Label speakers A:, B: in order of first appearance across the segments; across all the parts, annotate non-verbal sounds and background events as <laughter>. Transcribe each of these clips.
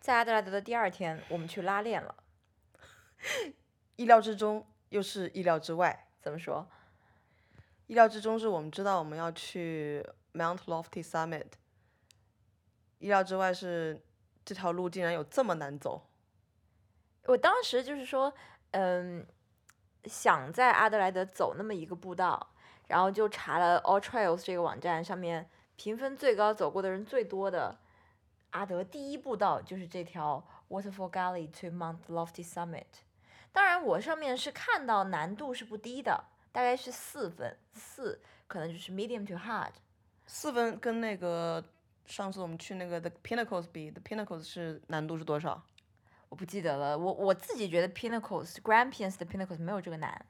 A: 在阿德莱德的第二天，我们去拉练了。
B: 意料之中，又是意料之外。
A: 怎么说？
B: 意料之中是我们知道我们要去 Mount Lofty Summit，意料之外是这条路竟然有这么难走。
A: 我当时就是说，嗯，想在阿德莱德走那么一个步道，然后就查了 All Trails 这个网站上面评分最高、走过的人最多的阿德第一步道就是这条 Waterfall Gully to Mount Lofty Summit。当然，我上面是看到难度是不低的，大概是四分，四可能就是 medium to hard。
B: 四分跟那个上次我们去那个 The Pinnacles 比，The Pinnacles 是难度是多少？
A: 我不记得了，我我自己觉得 Pinnacles Grampians 的 Pinnacles 没有这个难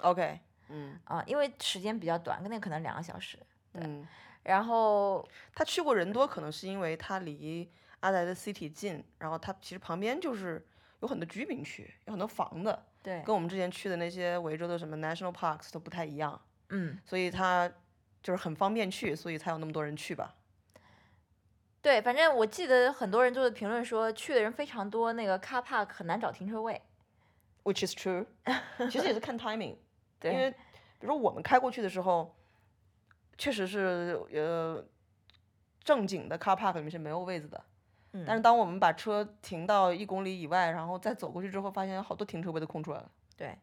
B: OK，嗯
A: 啊、因为时间比较短，跟那可能两个小时。
B: 嗯，
A: 然后
B: 他去过人多，可能是因为他离阿德莱德 City 近，然后他其实旁边就是有很多居民区，有很多房子，
A: 对，
B: 跟我们之前去的那些维州的什么 National Parks 都不太一样，
A: 嗯，
B: 所以他就是很方便去，所以才有那么多人去吧。
A: 对，反正我记得很多人做的评论说，去的人非常多，那个 car park 很难找停车位。
B: Which is true，其 <laughs> 实也是看 timing，
A: 对，
B: 因为比如说我们开过去的时候，确实是呃正经的 car park 里面是没有位子的。
A: 嗯
B: 但是当我们把车停到一公里以外，然后再走过去之后，发现好多停车位都空出来了。
A: 对，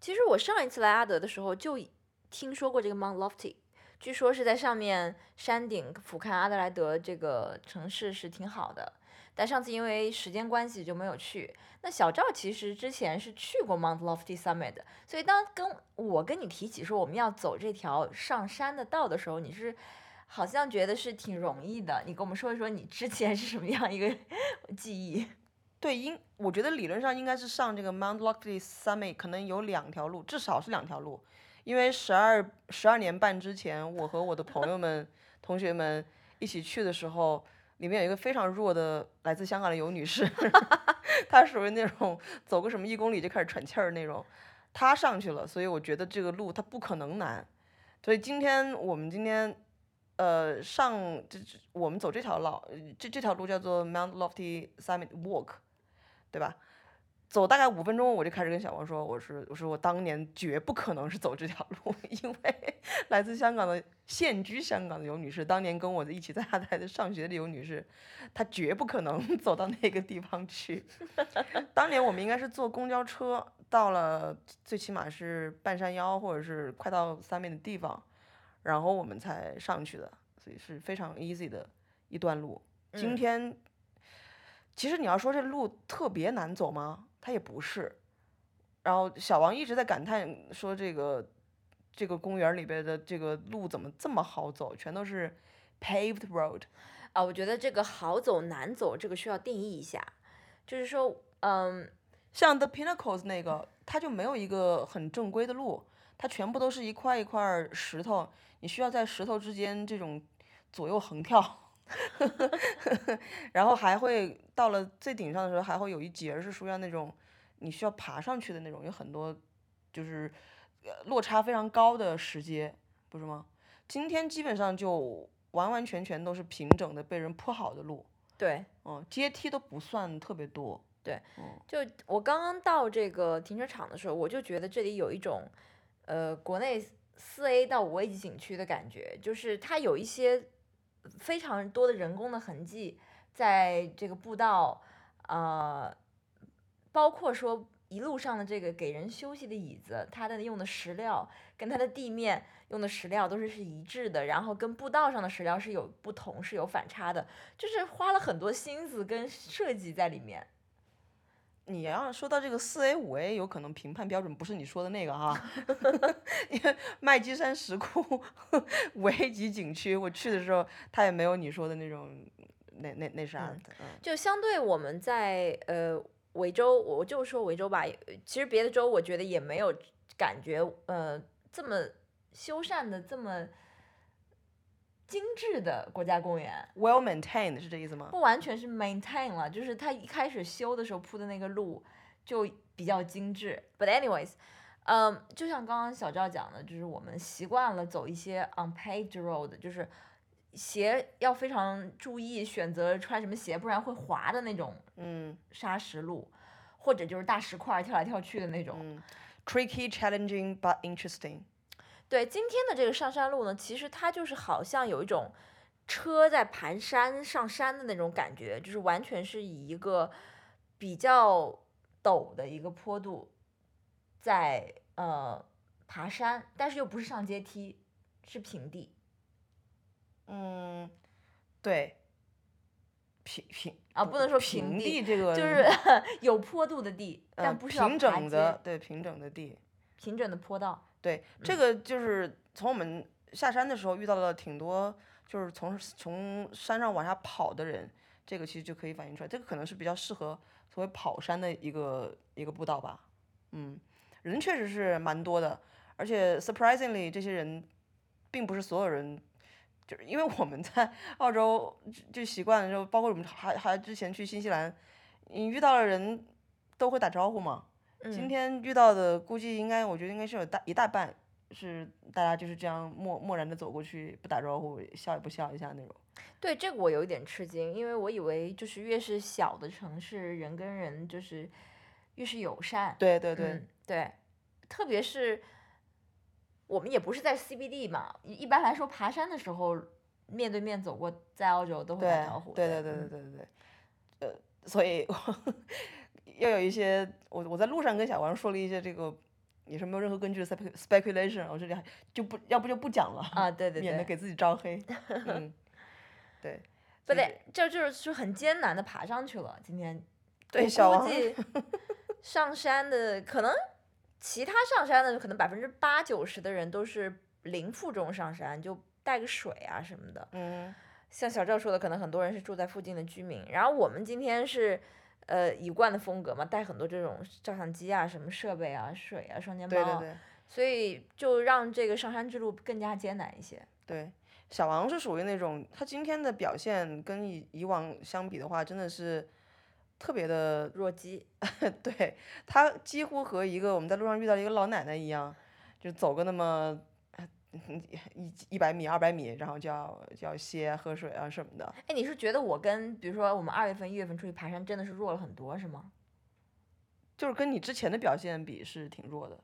A: 其实我上一次来阿德的时候就已听说过这个 Mount Lofty，据说是在上面山顶俯瞰阿德莱德这个城市是挺好的。但上次因为时间关系就没有去。那小赵其实之前是去过 Mount Lofty Summit，的所以当跟我跟你提起说我们要走这条上山的道的时候，你是好像觉得是挺容易的。你跟我们说一说你之前是什么样一个 <laughs> 记忆？
B: 对，应我觉得理论上应该是上这个 Mount Lofty Summit，可能有两条路，至少是两条路。因为十二十二年半之前，我和我的朋友们、同学们一起去的时候，里面有一个非常弱的来自香港的尤女士， <laughs> 她属于那种走个什么一公里就开始喘气儿那种，她上去了，所以我觉得这个路它不可能难。所以今天我们今天，呃，上这这我们走这条老呃这这条路叫做 Mount Lofty Summit Walk，对吧？走大概五分钟，我就开始跟小王说，我是我说我当年绝不可能是走这条路， <laughs> 因为来自香港的现居香港的尤女士，当年跟我一起在阿台的上学的尤女士，她绝不可能 <laughs> 走到那个地方去。 <laughs> 当年我们应该是坐公交车到了最起码是半山腰或者是快到三面的地方，然后我们才上去的，所以是非常 easy 的一段路。今
A: 嗯
B: 天其实你要说这路特别难走吗？它也不是。然后小王一直在感叹说，这个这个公园里边的这个路怎么这么好走，全都是 paved road。
A: 啊，我觉得这个好走难走这个需要定义一下，就是说，嗯，
B: 像 The Pinnacles 那个，它就没有一个很正规的路，它全部都是一块一块儿石头，你需要在石头之间这种左右横跳， <laughs> 然后还会到了最顶上的时候，还会有一节儿是属于那种你需要爬上去的那种，有很多就是呃落差非常高的石阶，不是吗？今天基本上就完完全全都是平整的被人铺好的路，
A: 对
B: 嗯，阶梯都不算特别多，
A: 对，
B: 嗯。
A: 就我刚刚到这个停车场的时候，我就觉得这里有一种，呃，国内四 A 到五 A 级景区的感觉，就是它有一些非常多的人工的痕迹在这个步道，呃，包括说一路上的这个给人休息的椅子，它的用的石料跟它的地面用的石料都是是一致的，然后跟步道上的石料是有不同，是有反差的，就是花了很多心思跟设计在里面。
B: 你要说到这个四 A 五 A，有可能评判标准不是你说的那个
A: <laughs>
B: 哈，因为麦积山石窟五 A 级景区，我去的时候它也没有你说的那种那那那啥
A: 嗯
B: 的，嗯
A: 就相对我们在呃维州，我就说维州吧，呃其实别的州我觉得也没有感觉呃这么修缮的这么精致的国家公园，
B: ，well maintained 是这意思吗？
A: 不完全是 maintain 了，就是它一开始修的时候铺的那个路就比较精致。But anyways，嗯，就像刚刚小赵讲的，就是我们习惯了走一些 unpaved road，就是鞋要非常注意选择穿什么鞋，不然会滑的那种
B: 嗯
A: 砂石路，或者就是大石块儿跳来跳去的那种。
B: 嗯，tricky, challenging but interesting。
A: 对，今天的这个上山路呢，其实它就是好像有一种车在盘山上山的那种感觉，就是完全是以一个比较陡的一个坡度在呃爬山，但是又不是上阶梯，是平地
B: 嗯，对，平平
A: 啊，不能说
B: 平
A: 地，
B: 这个
A: 就是 <laughs> 有坡度的地，
B: 呃
A: 但不需要
B: 平
A: 爬
B: 整的
A: 阶，
B: 对平整的地，
A: 平整的坡道。
B: 对这个就是从我们下山的时候遇到了挺多，就是从从山上往下跑的人，这个其实就可以反映出来，这个可能是比较适合所谓跑山的一个一个步道吧，嗯，人确实是蛮多的，而且 surprisingly 这些人并不是所有人。就是因为我们在 <laughs> 澳洲就就习惯了，就包括我们还还之前去新西兰，你遇到了人都会打招呼嘛，今
A: 嗯，
B: 天遇到的估计应该，我觉得应该是有大一大半是大家就是这样默默然的走过去，不打招呼，笑也不笑一下那种。
A: 对这个我有一点吃惊，因为我以为就是越是小的城市，人跟人就是越是友善。
B: 对对对，
A: 嗯、对，特别是我们也不是在 CBD 嘛，一一般来说爬山的时候面对面走过，在澳洲都会打
B: 对
A: 招呼。
B: 对对对对
A: 嗯
B: 对对对，呃，所以我要有一些我我在路上跟小王说了一些这个也是没有任何根据的 spec- speculation，我这里还就不要不就不讲了，
A: 啊，对对
B: 免得
A: 对，
B: 给自己
A: <laughs>
B: 招黑。嗯，对，
A: 不
B: 就
A: 对
B: 是，
A: 这就是就很艰难的爬上去了。今天
B: 对
A: 我
B: 小王
A: 估
B: <laughs>
A: 计上山的可能其他上山的可能百分之八九十的人都是零负重上山，就带个水啊什么的。
B: 嗯
A: 像小赵说的，可能很多人是住在附近的居民。然后我们今天是，呃，一贯的风格嘛，带很多这种照相机啊、什么设备啊、水啊、双肩包
B: 对对
A: 啊，
B: 对。
A: 所以就让这个上山之路更加艰难一些。
B: 对，小王是属于那种，他今天的表现跟以以往相比的话，真的是特别的，
A: 弱鸡，
B: <laughs> 对他几乎和一个我们在路上遇到的一个老奶奶一样，就走个那么嗯一一百米、二百米，然后就要就要歇喝水啊什么的。
A: 哎，你是觉得我跟比如说我们二月份、一月份出去爬山，真的是弱了很多，是吗？
B: 就是跟你之前的表现比是挺弱的，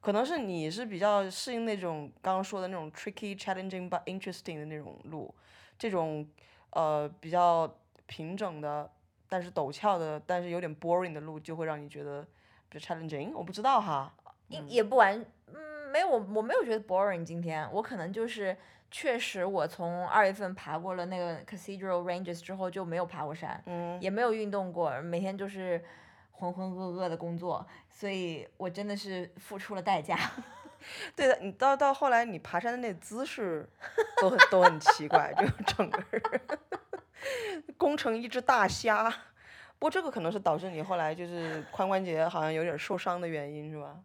B: 可能是你是比较适应那种刚刚说的那种 tricky, challenging but interesting 的那种路，这种呃比较平整的，但是陡峭的，但是有点 boring 的路，就会让你觉得比较 challenging。我不知道哈，
A: 也也不完，嗯，没有，我我没有觉得 boring。今天我可能就是确实，我从二月份爬过了那个 Cathedral Ranges 之后就没有爬过山，
B: 嗯，
A: 也没有运动过，每天就是浑浑噩噩的工作，所以我真的是付出了代价。 <laughs>
B: 对的，你到到后来你爬山的那姿势都很都很奇怪，就 <laughs> 整个人弓成一只大虾。不过这个可能是导致你后来就是髋关节好像有点受伤的原因，是吧？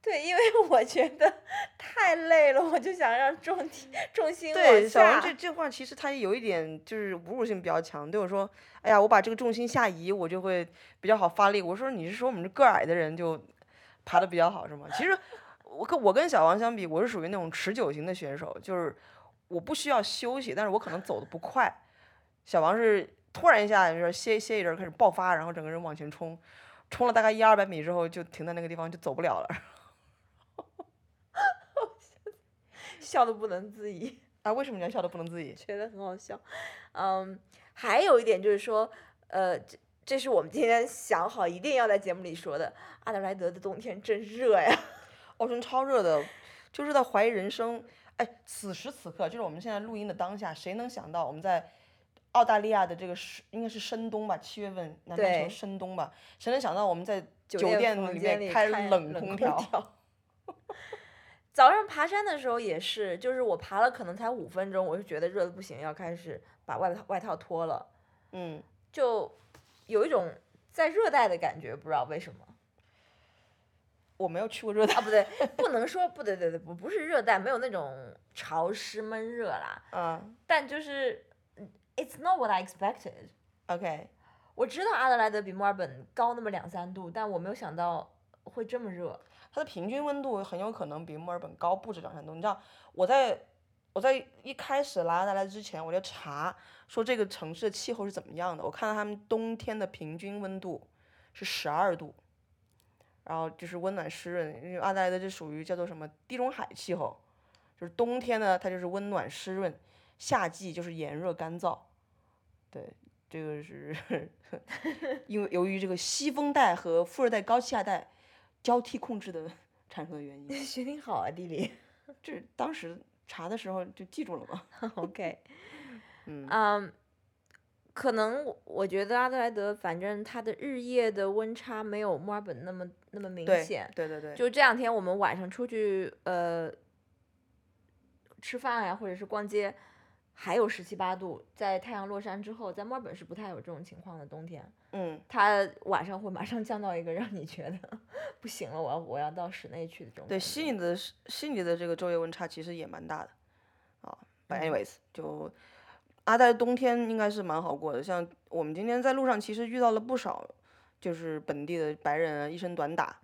A: 对，因为我觉得太累了，我就想让重体重心往
B: 对，小
A: 下
B: 王。这这话其实他有一点就是侮辱性比较强，对我说，哎呀，我把这个重心下移，我就会比较好发力。我说你是说我们这个矮的人就爬的比较好是吗？其实我跟我跟小王相比，我是属于那种持久型的选手，就是我不需要休息，但是我可能走的不快。小王是突然一下就是歇歇一阵儿开始爆发，然后整个人往前冲，冲了大概一二百米之后就停在那个地方就走不了了。 <laughs>
A: 笑的不能自已。
B: 啊，为什么你要笑的不能自已？
A: 觉得很好笑。嗯，还有一点就是说，呃，这这是我们今天想好一定要在节目里说的。阿德莱德的冬天真热呀！
B: 哦，真超热的，就热到怀疑人生。哎，此时此刻，就是我们现在录音的当下，谁能想到我们在澳大利亚的这个是应该是深冬吧？七月份南半
A: 对
B: 球深冬吧？谁能想到我们在酒
A: 店
B: 店
A: 房
B: 里
A: 间
B: 面
A: 里
B: 开
A: 开
B: 冷
A: 冷空
B: 空调？
A: <laughs> 早上爬山的时候也是，就是我爬了可能才五分钟，我就觉得热的不行，要开始把外套外套脱了，
B: 嗯，
A: 就有一种在热带的感觉，不知道为什么。
B: 我没有去过热带
A: 啊，不对，不能说不对，对对，不不是热带，没有那种潮湿闷热啦，
B: 啊。
A: 但就是嗯 it's not what I expected。
B: OK，
A: 我知道阿德莱德比墨尔本高那么两三度，但我没有想到会 <laughs> 这么热。
B: 它的平均温度很有可能比墨尔本高不止两三度。你知道我在我在一开始来澳大利亚之前，我就查说这个城市的气候是怎么样的。我看到他们冬天的平均温度是十二度，然后就是温暖湿润，因为澳大利亚这属于叫做什么地中海气候，就是冬天呢它就是温暖湿润，夏季就是炎热干燥。对，这个是 <laughs> 因为由于这个西风带和副热带高气压带交替控制的 <laughs> 产生的原因。
A: 学挺好啊，地理。
B: 这当时查的时候就记住了嘛。
A: <laughs> OK，
B: 嗯
A: <laughs> 嗯，可能我我觉得阿德莱德，反正它的日夜的温差没有墨尔本那么那么明
B: 对
A: 显。
B: 对对对，
A: 就这两天我们晚上出去呃吃饭呀、或者是逛街，还有十七八度，在太阳落山之后，在墨尔本是不太有这种情况的冬天。
B: 嗯，
A: 它晚上会马上降到一个让你觉得不行了，我要我要到室内去的这种感觉。
B: 对，悉尼的是悉尼的这个昼夜温差其实也蛮大的啊。But
A: 嗯
B: anyways，就阿呆冬天应该是蛮好过的。像我们今天在路上其实遇到了不少，就是本地的白人啊一身短打，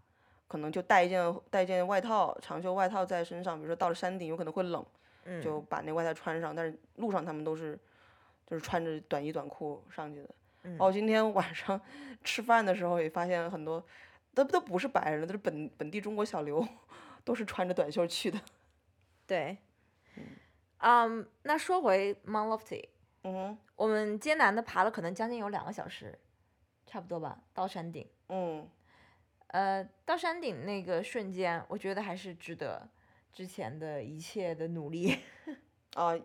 B: 可能就带一件带一件外套，长袖外套在身上，比如说到了山顶有可能会冷，
A: 嗯，
B: 就把那外套穿上，但是路上他们都是就是穿着短衣短裤上去的。
A: 嗯
B: 哦，今天晚上 <laughs> 吃饭的时候也发现很多，都都不是白人了，都是本本地中国小刘，都是穿着短袖去的。
A: 对，嗯那说回 Mount Lofty，
B: 嗯哼
A: 我们艰难的爬了可能将近有两个小时，差不多吧，到山顶。
B: 嗯，
A: 呃，到山顶那个瞬间，我觉得还是值得之前的一切的努力。 <laughs>
B: 啊，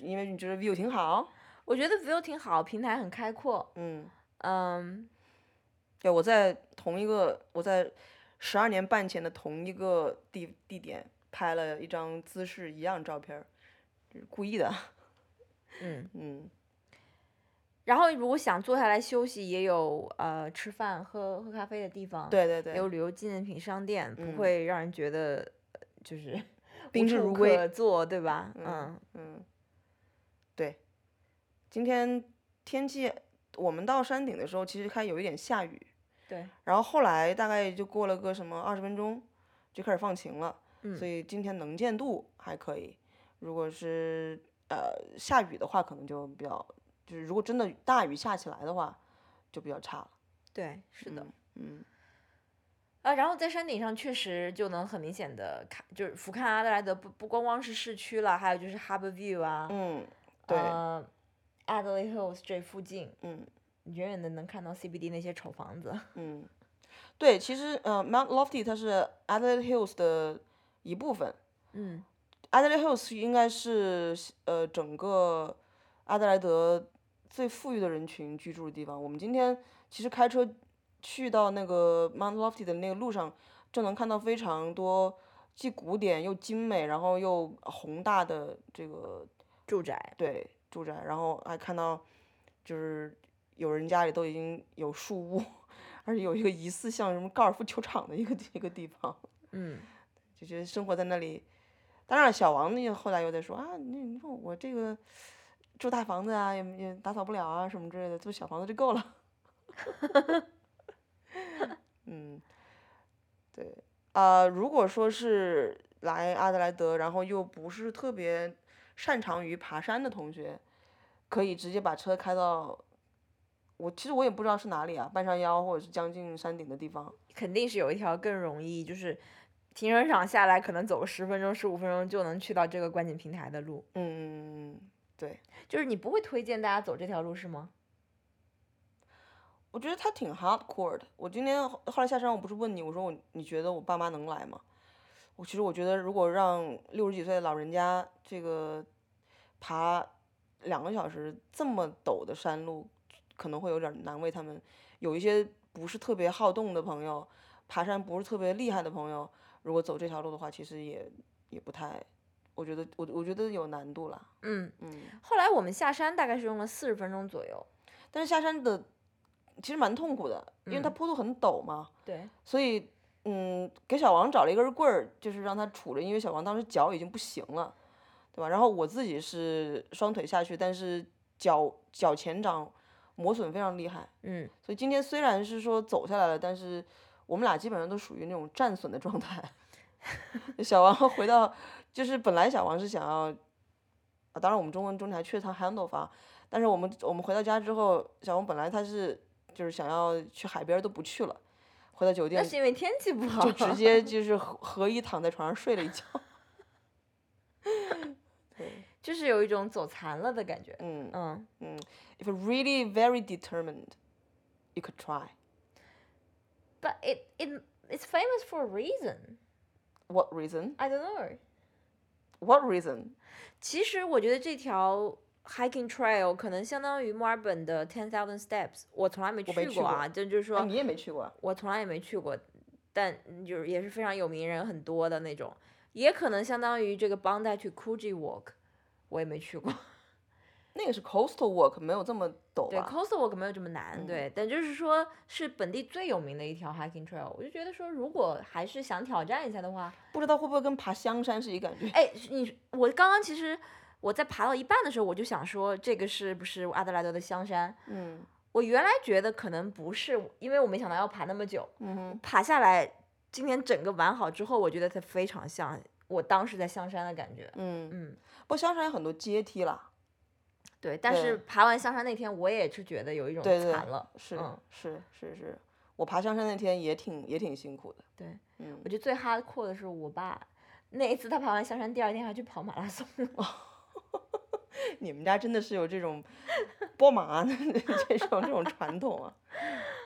B: 因为你觉得 view 挺好。
A: 我觉得 view 挺好，平台很开阔，
B: 嗯，
A: 嗯，
B: 对，我在同一个我在十二年半前的同一个地地点拍了一张姿势一样照片儿，就是故意的。
A: 嗯，
B: 嗯
A: 然后如果想坐下来休息，也有呃吃饭、喝喝咖啡的地方，，
B: 对对
A: 也有
B: 对，
A: 旅游纪念品商店，
B: 嗯
A: 不会让人觉得呃就是 <laughs>
B: 宾至
A: 无处
B: 如归
A: 可坐，对吧？
B: 嗯
A: 嗯
B: 嗯，对，今天天气，我们到山顶的时候其实还有一点下雨，
A: 对，
B: 然后后来大概就过了个什么二十分钟，就开始放晴了，
A: 嗯
B: 所以今天能见度还可以。如果是呃下雨的话，可能就比较，就是如果真的大雨下起来的话，就比较差了。
A: 对，是的。
B: 嗯嗯
A: 啊，然后在山顶上确实就能很明显的看，就是俯瞰阿德莱德不不光光是市区了，还有就是 Harbour View 啊，
B: 嗯，对，
A: 呃，Adelaide Hills 这附近，
B: 嗯
A: 你远远的能看到 CBD 那些丑房
B: <laughs>
A: 子。
B: 嗯，对，其实呃，Mount Lofty 它是 Adelaide Hills 的一部分，
A: 嗯，
B: 阿德莱 Hills 应该是呃整个阿德莱德最富裕的人群居住的地方。我们今天其实开车去到那个 Mount Lofty 的那个路上，就能看到非常多既古典又精美，然后又宏大的这个
A: 住宅，
B: 对住宅，然后还看到就是有人家里都已经有树屋， <laughs> 而且有一个疑似像什么高尔夫球场的一个一个地方。
A: 嗯，
B: 就觉得生活在那里。当然了，小王那后来又在说啊，你你说我这个住大房子啊，也也打扫不了啊什么之类的，住小房子就够了。嗯，对啊、如果说是来阿德莱德，然后又不是特别擅长于爬山的同学，可以直接把车开到。我其实我也不知道是哪里啊，半山腰或者是将近山顶的地方。
A: 肯定是有一条更容易，就是停车场下来，可能走个十分钟、十五分钟就能去到这个观景平台的路。
B: 嗯，对，
A: 就是你不会推荐大家走这条路是吗？
B: 我觉得他挺 hardcore 的。我今天后后来下山，我不是问你，我说我你觉得我爸妈能来吗？我其实我觉得，如果让六十几岁的老人家这个爬两个小时这么陡的山路，可能会有点儿难为他们。有一些不是特别好动的朋友，爬山不是特别厉害的朋友，如果走这条路的话，其实也也不太，我觉得我我觉得有难度啦。
A: 嗯，
B: 嗯，
A: 后来我们下山大概是用了四十分钟左右。
B: 但是下山的其实蛮痛苦的，因为它
A: 嗯
B: 坡度很陡嘛。
A: 对，
B: 所以，嗯，给小王找了一根棍儿，就是让他杵着，因为小王当时脚已经不行了，对吧？然后我自己是双腿下去，但是脚脚前掌磨损非常厉害，
A: 嗯，
B: 所以今天虽然是说走下来了，但是我们俩基本上都属于那种战 <laughs> 损的状态。小王回到，就是本来小王是想要啊，当然我们中文中间还去了趟 Handover，啊但是我们我们回到家之后，小红本来她是就是想要去海边儿都不去了，回到酒
A: 那
B: 店
A: 是因为天气不好，
B: 就直
A: <laughs>
B: 接就是合合一躺在床上睡了一觉。 <laughs> 对，
A: 就是有一种走残了的感觉。
B: 嗯
A: 嗯，
B: 嗯，if you're really very determined, you could try.
A: But it it it's famous for a reason.
B: What reason?
A: I don't know.
B: What reason?
A: 其实我觉得这条 hiking trail 可能相当于墨尔本的 Ten Thousand Steps，我从来没
B: 没去
A: 过啊，这就是
B: 哎
A: 说
B: 你也没去过啊，
A: 我从来也没去过，但就是也是非常有名人很多的那种，也可能相当于这个 Bondi 去 Coogee Walk，我也没去过。
B: 那个是 coastal walk，没有这么
A: <laughs>
B: 陡
A: 对
B: 吧？
A: ，Coastal Walk 没有这么难，对，但就是说是本地最有名的一条 hiking trail，我就觉得说如果还是想挑战一下的话，
B: 不知道会不会跟爬香山是一感觉？
A: 哎，你我刚刚其实我在爬到一半的时候，我就想说这个是不是阿德莱德的香山？
B: 嗯
A: 我原来觉得可能不是，因为我没想到要爬那么久，
B: 嗯哼，
A: 爬下来今天整个完好之后，我觉得它非常像我当时在香山的感觉。
B: 嗯，
A: 嗯，
B: 不过香山有很多阶梯啦，
A: 对，但是爬完香山那天，我也是觉得有一种
B: 对对
A: 惨了。
B: 是、
A: 嗯
B: 是是是，我爬香山那天也挺也挺辛苦的，
A: 对
B: 嗯
A: 我，觉得最哈阔的是我爸，那一次他爬完香山，第二天还去跑马拉松。
B: 哦你们家真的是有这种 <laughs> 波马的 <laughs> 这种这种传统啊，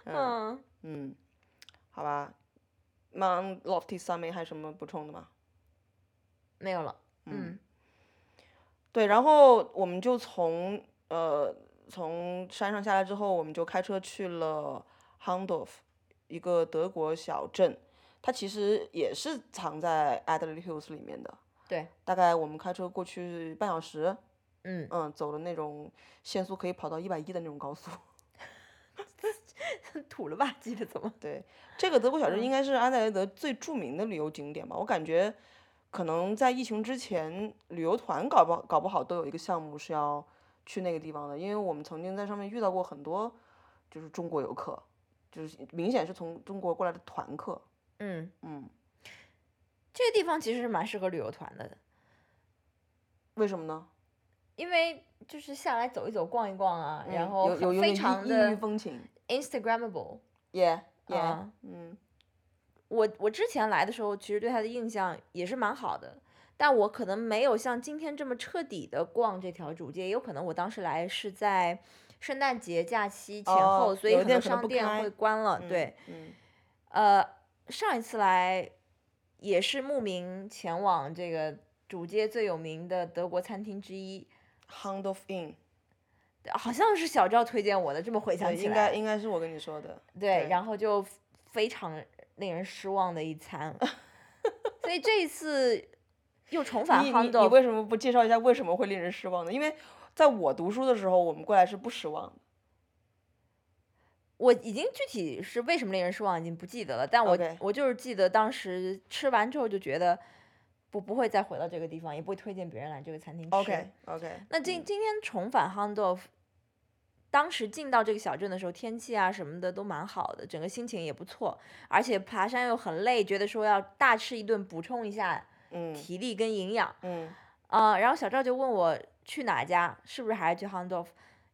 B: 嗯
A: 嗯，
B: 嗯，好吧，Mount Lofty Summit 还有什么补充的吗？
A: 没有了。
B: 嗯
A: 嗯
B: 对，然后我们就从呃从山上下来之后，我们就开车去了 Handorf，一个德国小镇，它其实也是藏在 Adelaide Hills 里面的。
A: 对，
B: 大概我们开车过去半小时， <laughs>
A: 嗯，
B: 嗯，走的那种限速可以跑到一百一的那种高速。
A: 土了吧唧的怎么？
B: 对，这个德国小
A: 嗯
B: 镇应该是阿德莱德最著名的旅游景点吧？我感觉可能在疫情之前，旅游团搞不好搞不好都有一个项目是要去那个地方的，因为我们曾经在上面遇到过很多就是中国游客，就是明显是从中国过来的团客。
A: 嗯，
B: 嗯，
A: 这个地方其实是蛮适合旅游团的，
B: 为什么呢？嗯
A: 因为就是下来走一走、逛一逛啊，然
B: 嗯
A: 后
B: 有有有
A: 非
B: 点
A: 常
B: 异异域
A: 的
B: 风情，
A: Instagrammable。
B: 耶耶，
A: 啊
B: 嗯
A: 我我之前来的时候，其实对它的印象也是蛮好的，但我可能没有像今天这么彻底的逛这条主街，也有可能我当时来是在圣诞节假期前
B: 哦
A: 后，所以
B: 有
A: 很
B: 店
A: 多
B: 可能
A: 商
B: 不
A: 店
B: 开
A: 会关了。
B: 嗯
A: 对，
B: 嗯
A: 呃，上一次来也是慕名前往这个主街最有名的德国餐厅之一，
B: ，Hound of Inn，
A: 好像是小赵推荐我的，这么回想
B: 对，
A: 起
B: 应
A: 来，
B: 该应该是我跟你说的，
A: 对，
B: 对
A: 然后就非常令人失望的一餐， <laughs> 所以这一次又重返
B: 你你
A: Hondo，
B: 你为什么不介绍一下为什么会令人失望呢？因为在我读书的时候，我们过来是不失望的。
A: 我已经具体是为什么令人失望已经不记得了，但我
B: OK
A: 我就是记得当时吃完之后就觉得不不会再回到这个地方，也不会推荐别人来这个餐厅吃。
B: OK OK，嗯
A: 那今今天重返 Hondo，当时进到这个小镇的时候，天气啊什么的都蛮好的，整个心情也不错，而且爬山又很累，觉得说要大吃一顿补充一下
B: 嗯
A: 体力跟营养。
B: 嗯
A: 啊、然后小赵就问我去哪家，是不是还是去 Handorf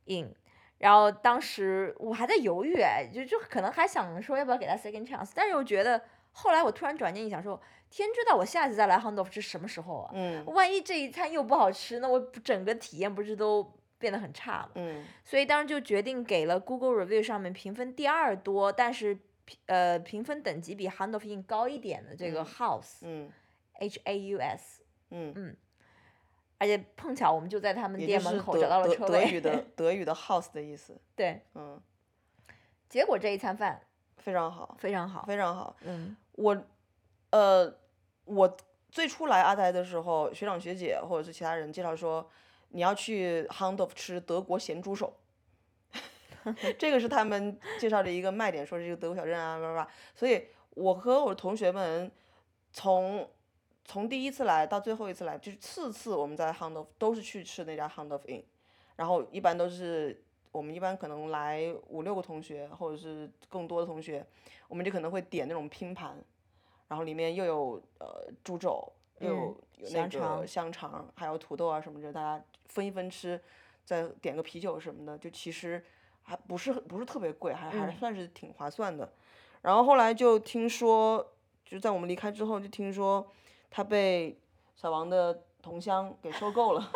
A: Inn？然后当时我还在犹豫，哎，就就可能还想说要不要给他 second chance，但是我觉得后来我突然转念一想说，天知道我下次再来 Handorf 是什么时候啊？
B: 嗯
A: 万一这一餐又不好吃，那我整个体验不是都变得很差吗？
B: 嗯
A: 所以当时就决定给了 Google Review 上面评分第二多，但是评呃评分等级比 Handorf Inn 高一点的这个
B: 嗯
A: House、
B: 嗯
A: H A U S。
B: 嗯，
A: 而且碰巧我们就在他们
B: 也
A: 店
B: 就
A: 门
B: 是
A: 口找到
B: 德
A: 了
B: 德
A: 车
B: 德语
A: 位。
B: 的 <laughs> 德语的 house 的意思，
A: 对，
B: 嗯，
A: 结果这一餐饭
B: 非常好，
A: 非常好。
B: 非常好。 <laughs>
A: 嗯
B: 我呃，我最初来阿德莱的时候，学长学姐或者是其他人介绍说，你要去 Houndorf 吃德国咸猪手。这个是他们介绍的一个卖点，说是一个德国小镇啊，叭叭叭。所以我和我的同学们从从第一次来到最后一次来，就是次次我们在 Houndorf 都是去吃那家 Houndorf Inn，然后一般都是我们一般可能来五六个同学或者是更多的同学，我们就可能会点那种拼盘，然后里面又有呃猪肘，有
A: 嗯
B: 有那
A: 香
B: 个
A: 肠
B: 香肠，还有土豆啊什么的，大家分一分吃，再点个啤酒什么的，就其实还不是不是特别贵，还还
A: 嗯
B: 算是挺划算的。然后后来就听说，就在我们离开之后，就听说他被小王的同乡给收购了，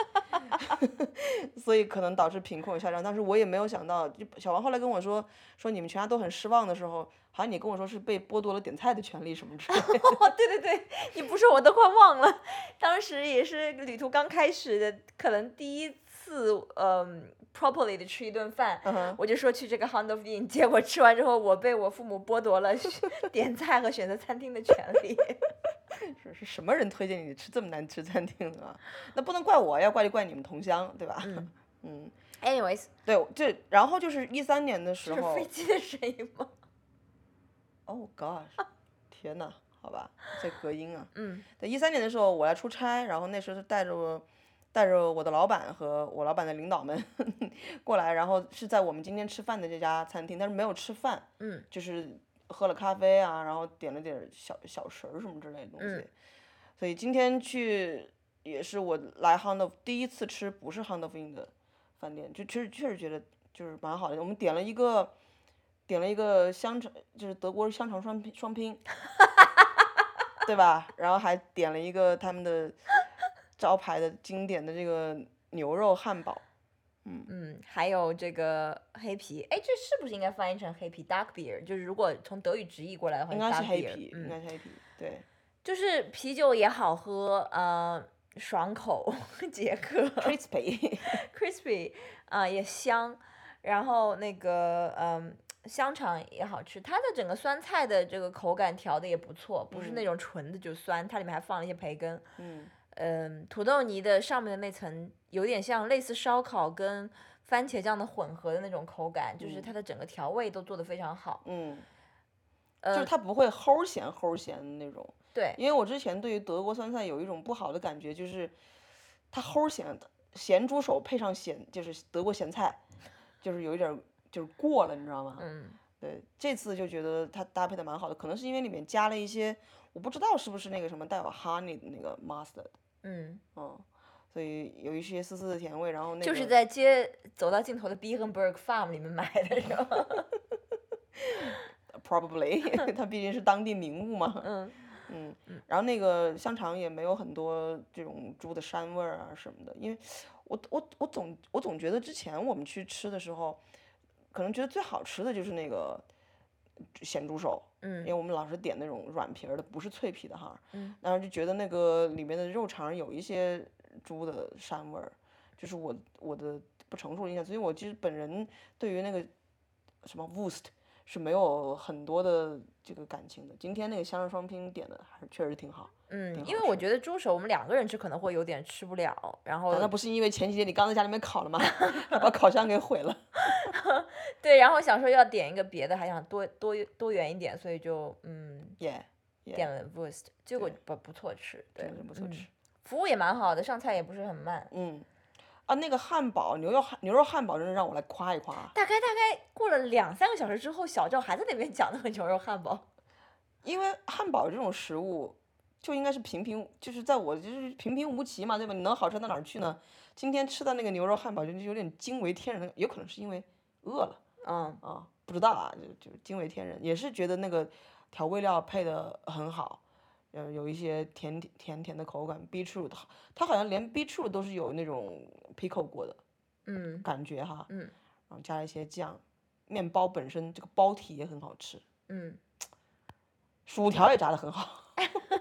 B: <laughs> 所以可能导致贫困下降。但是我也没有想到，就小王后来跟我说，说你们全家都很失望的时候，好像你跟我说是被剥夺了点菜的权利什么之类的。 <laughs>
A: 哦，对对对，你不说我都快忘了，当时也是旅途刚开始的，可能第一次，嗯、p r o p e r l y 的吃一顿饭，
B: 嗯哼
A: 我就说去这个 Hound of Dean，结果吃完之后，我被我父母剥夺了 <laughs> 点菜和选择餐厅的权利。
B: 是是什么人推荐你吃这么难吃餐厅的啊？那不能怪我，要怪就怪你们同乡，对吧？
A: 嗯
B: 嗯
A: Anyways，
B: 对，这然后就是一三年的时
A: 这是
B: 候
A: 飞机的声音吗？
B: ，Oh gosh，天呐，好吧，这隔音啊。
A: 嗯
B: 对，一三年的时候我来出差，然后那时候是带着我带着我的老板和我老板的领导们 <laughs> 过来，然后是在我们今天吃饭的这家餐厅，但是没有吃饭，
A: 嗯
B: 就是喝了咖啡啊，然后点了点儿小小食儿什么之类的东西。
A: 嗯
B: 所以今天去也是我来 h o n d 第一次吃不是 h o n d 的饭店，就确实确实觉得就是蛮好的。我们点了一个点了一个香肠，就是德国香肠双拼双拼，对吧？然后还点了一个他们的招牌的经典的这个牛肉汉堡。
A: 嗯，还有这个黑啤，哎，这是不是应该翻译成黑啤 （dark beer）？就是如果从德语直译过来的话，
B: 应该是
A: dark
B: 黑
A: beer，
B: 啤，应
A: 哦嗯，
B: 该是黑啤，
A: <laughs>
B: 对，
A: 就是啤酒也好喝，呃，爽口， <laughs> 解渴
B: crispy， <laughs>
A: ，crispy，啊、也香。然后那个，嗯、香肠也好吃，它的整个酸菜的这个口感调的也不错，不是那
B: 嗯
A: 种纯的就酸，它里面还放了一些培根。
B: 嗯
A: 嗯，土豆泥的上面的那层有点像类似烧烤跟番茄酱的混合的那种口感，就是
B: 嗯
A: 它的整个调味都做得非常好。
B: 嗯，
A: 呃，
B: 就是它不会齁咸齁咸的那种。
A: 对，
B: 因为我之前对于德国酸菜有一种不好的感觉，就是它齁咸，咸猪手配上咸就是德国咸菜，就是有一点儿就是过了，你知道吗？
A: 嗯
B: 对，这次就觉得它搭配的蛮好的，可能是因为里面加了一些我不知道是不是那个什么带有 honey 的那个 mustard，
A: 嗯，
B: 嗯，所以有一些丝丝的甜味，然后那个
A: 就是在街走到尽头的 b i g e n b e r g Farm 里面买的
B: <laughs>
A: 是吧？
B: probably <laughs> 它毕竟是当地名物嘛，
A: 嗯
B: 嗯，然后那个香肠也没有很多这种猪的膻味儿啊什么的，因为我我我总我总觉得之前我们去吃的时候，可能觉得最好吃的就是那个呃咸猪手，因为
A: 嗯
B: 我们老是点那种软皮儿的，不是脆皮的哈，
A: 嗯，
B: 然后就觉得那个里面的肉肠有一些猪的膻味儿，就是我我的不成熟的印象，所以我其实本人对于那个什么 Wurst 是没有很多的这个感情的。今天那个香肠双拼点的还是确实挺好，挺
A: 嗯，
B: 好
A: 因为我
B: 吃
A: 觉得猪手我们两个人吃可能会有点吃不了，然后
B: 难道啊不是因为前几天你刚在家里面烤了吗？ <laughs> 还把烤箱给毁了？
A: 对，然后想说要点一个别的，还想多多多元一点，所以就嗯
B: 耶、
A: 点了 Boost，结果
B: 对
A: 不不错吃，对，
B: 真的不错
A: 嗯
B: 吃。
A: 服务也蛮好的，上菜也不是很慢。
B: 嗯，啊，那个汉堡牛肉汉牛肉汉堡真的让我来夸一夸啊。
A: 大概大概过了两三个小时之后，小赵还在那边讲那个牛肉汉堡。
B: 因为汉堡这种食物就应该是平平，就是在我就是平平无奇嘛，对吧？你能好吃到哪儿去呢？今天吃到那个牛肉汉堡，就就有点惊为天人的，有可能是因为饿了
A: 嗯
B: 啊，不知道啊，就就惊为天人，也是觉得那个调味料配的很好，呃，有一些甜甜甜甜的口感。beetroot 好它好像连 beetroot 都是有那种 pickle 过的
A: <laughs> 嗯
B: 感觉哈，
A: 嗯
B: 然后加了一些酱，面包本身这个包体也很好吃，
A: 嗯，
B: 薯条也炸得很好。 <laughs>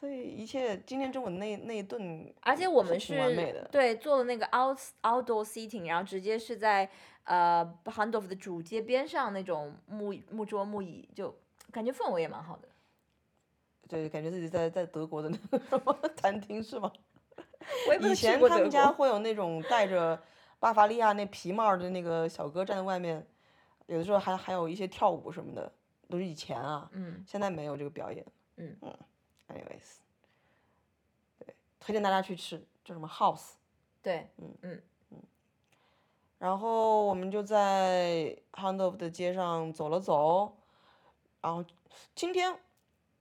B: 所以一切今天中午那那一顿，
A: 而且我们
B: 是挺完美
A: 是
B: 的
A: 对做了那个 out outdoor seating，然后直接是在呃 h a n d o f 的主街边上那种木木桌木椅，就感觉氛围也蛮好的。
B: 对，感觉自己在在德国的那个什么 <laughs> 餐厅是吗？
A: 我也没
B: 以
A: 有
B: 前
A: 去过
B: 他
A: 德
B: 们家
A: 国
B: 会有那种戴着巴伐利亚那皮帽儿的那个小哥站在外面，有的时候还还有一些跳舞什么的，都是以前啊，
A: 嗯
B: 现在没有这个表演。
A: 嗯
B: 嗯，anyways，对，推荐大家去吃叫什么 House。
A: 对，
B: 然后我们就在 Handov 的街上走了走，然后今天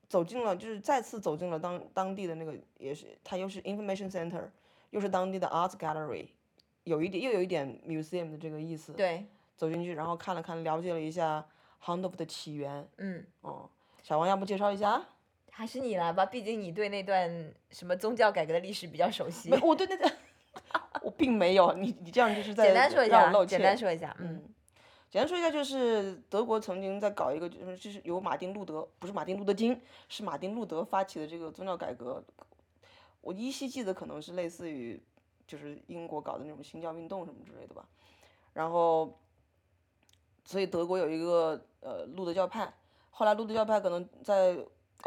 B: 走进了，就是再次走进了当当地的那个，也是它又是 information center，又是当地的 art gallery，有一点又有一点 museum 的这个意思。
A: 对，
B: 走进去，然后看了看，了解了一下 handoff 的起源。
A: 嗯，
B: 哦，小王要不介绍一下？
A: 还是你来吧，毕竟你对那段什么宗教改革的历史比较熟悉
B: 没，。哦我对 <laughs> 那个我并没有，你你这样就是在
A: 简单说一
B: 让我
A: 下
B: 露，
A: 简
B: 怯
A: 单说一下，嗯，
B: 嗯，简单说一下，就是德国曾经在搞一个，就是就是由马丁路德，不是马丁路德金，是马丁路德发起的这个宗教改革。我依稀记得可能是类似于，就是英国搞的那种新教运动什么之类的吧。然后，所以德国有一个呃路德教派，后来路德教派可能在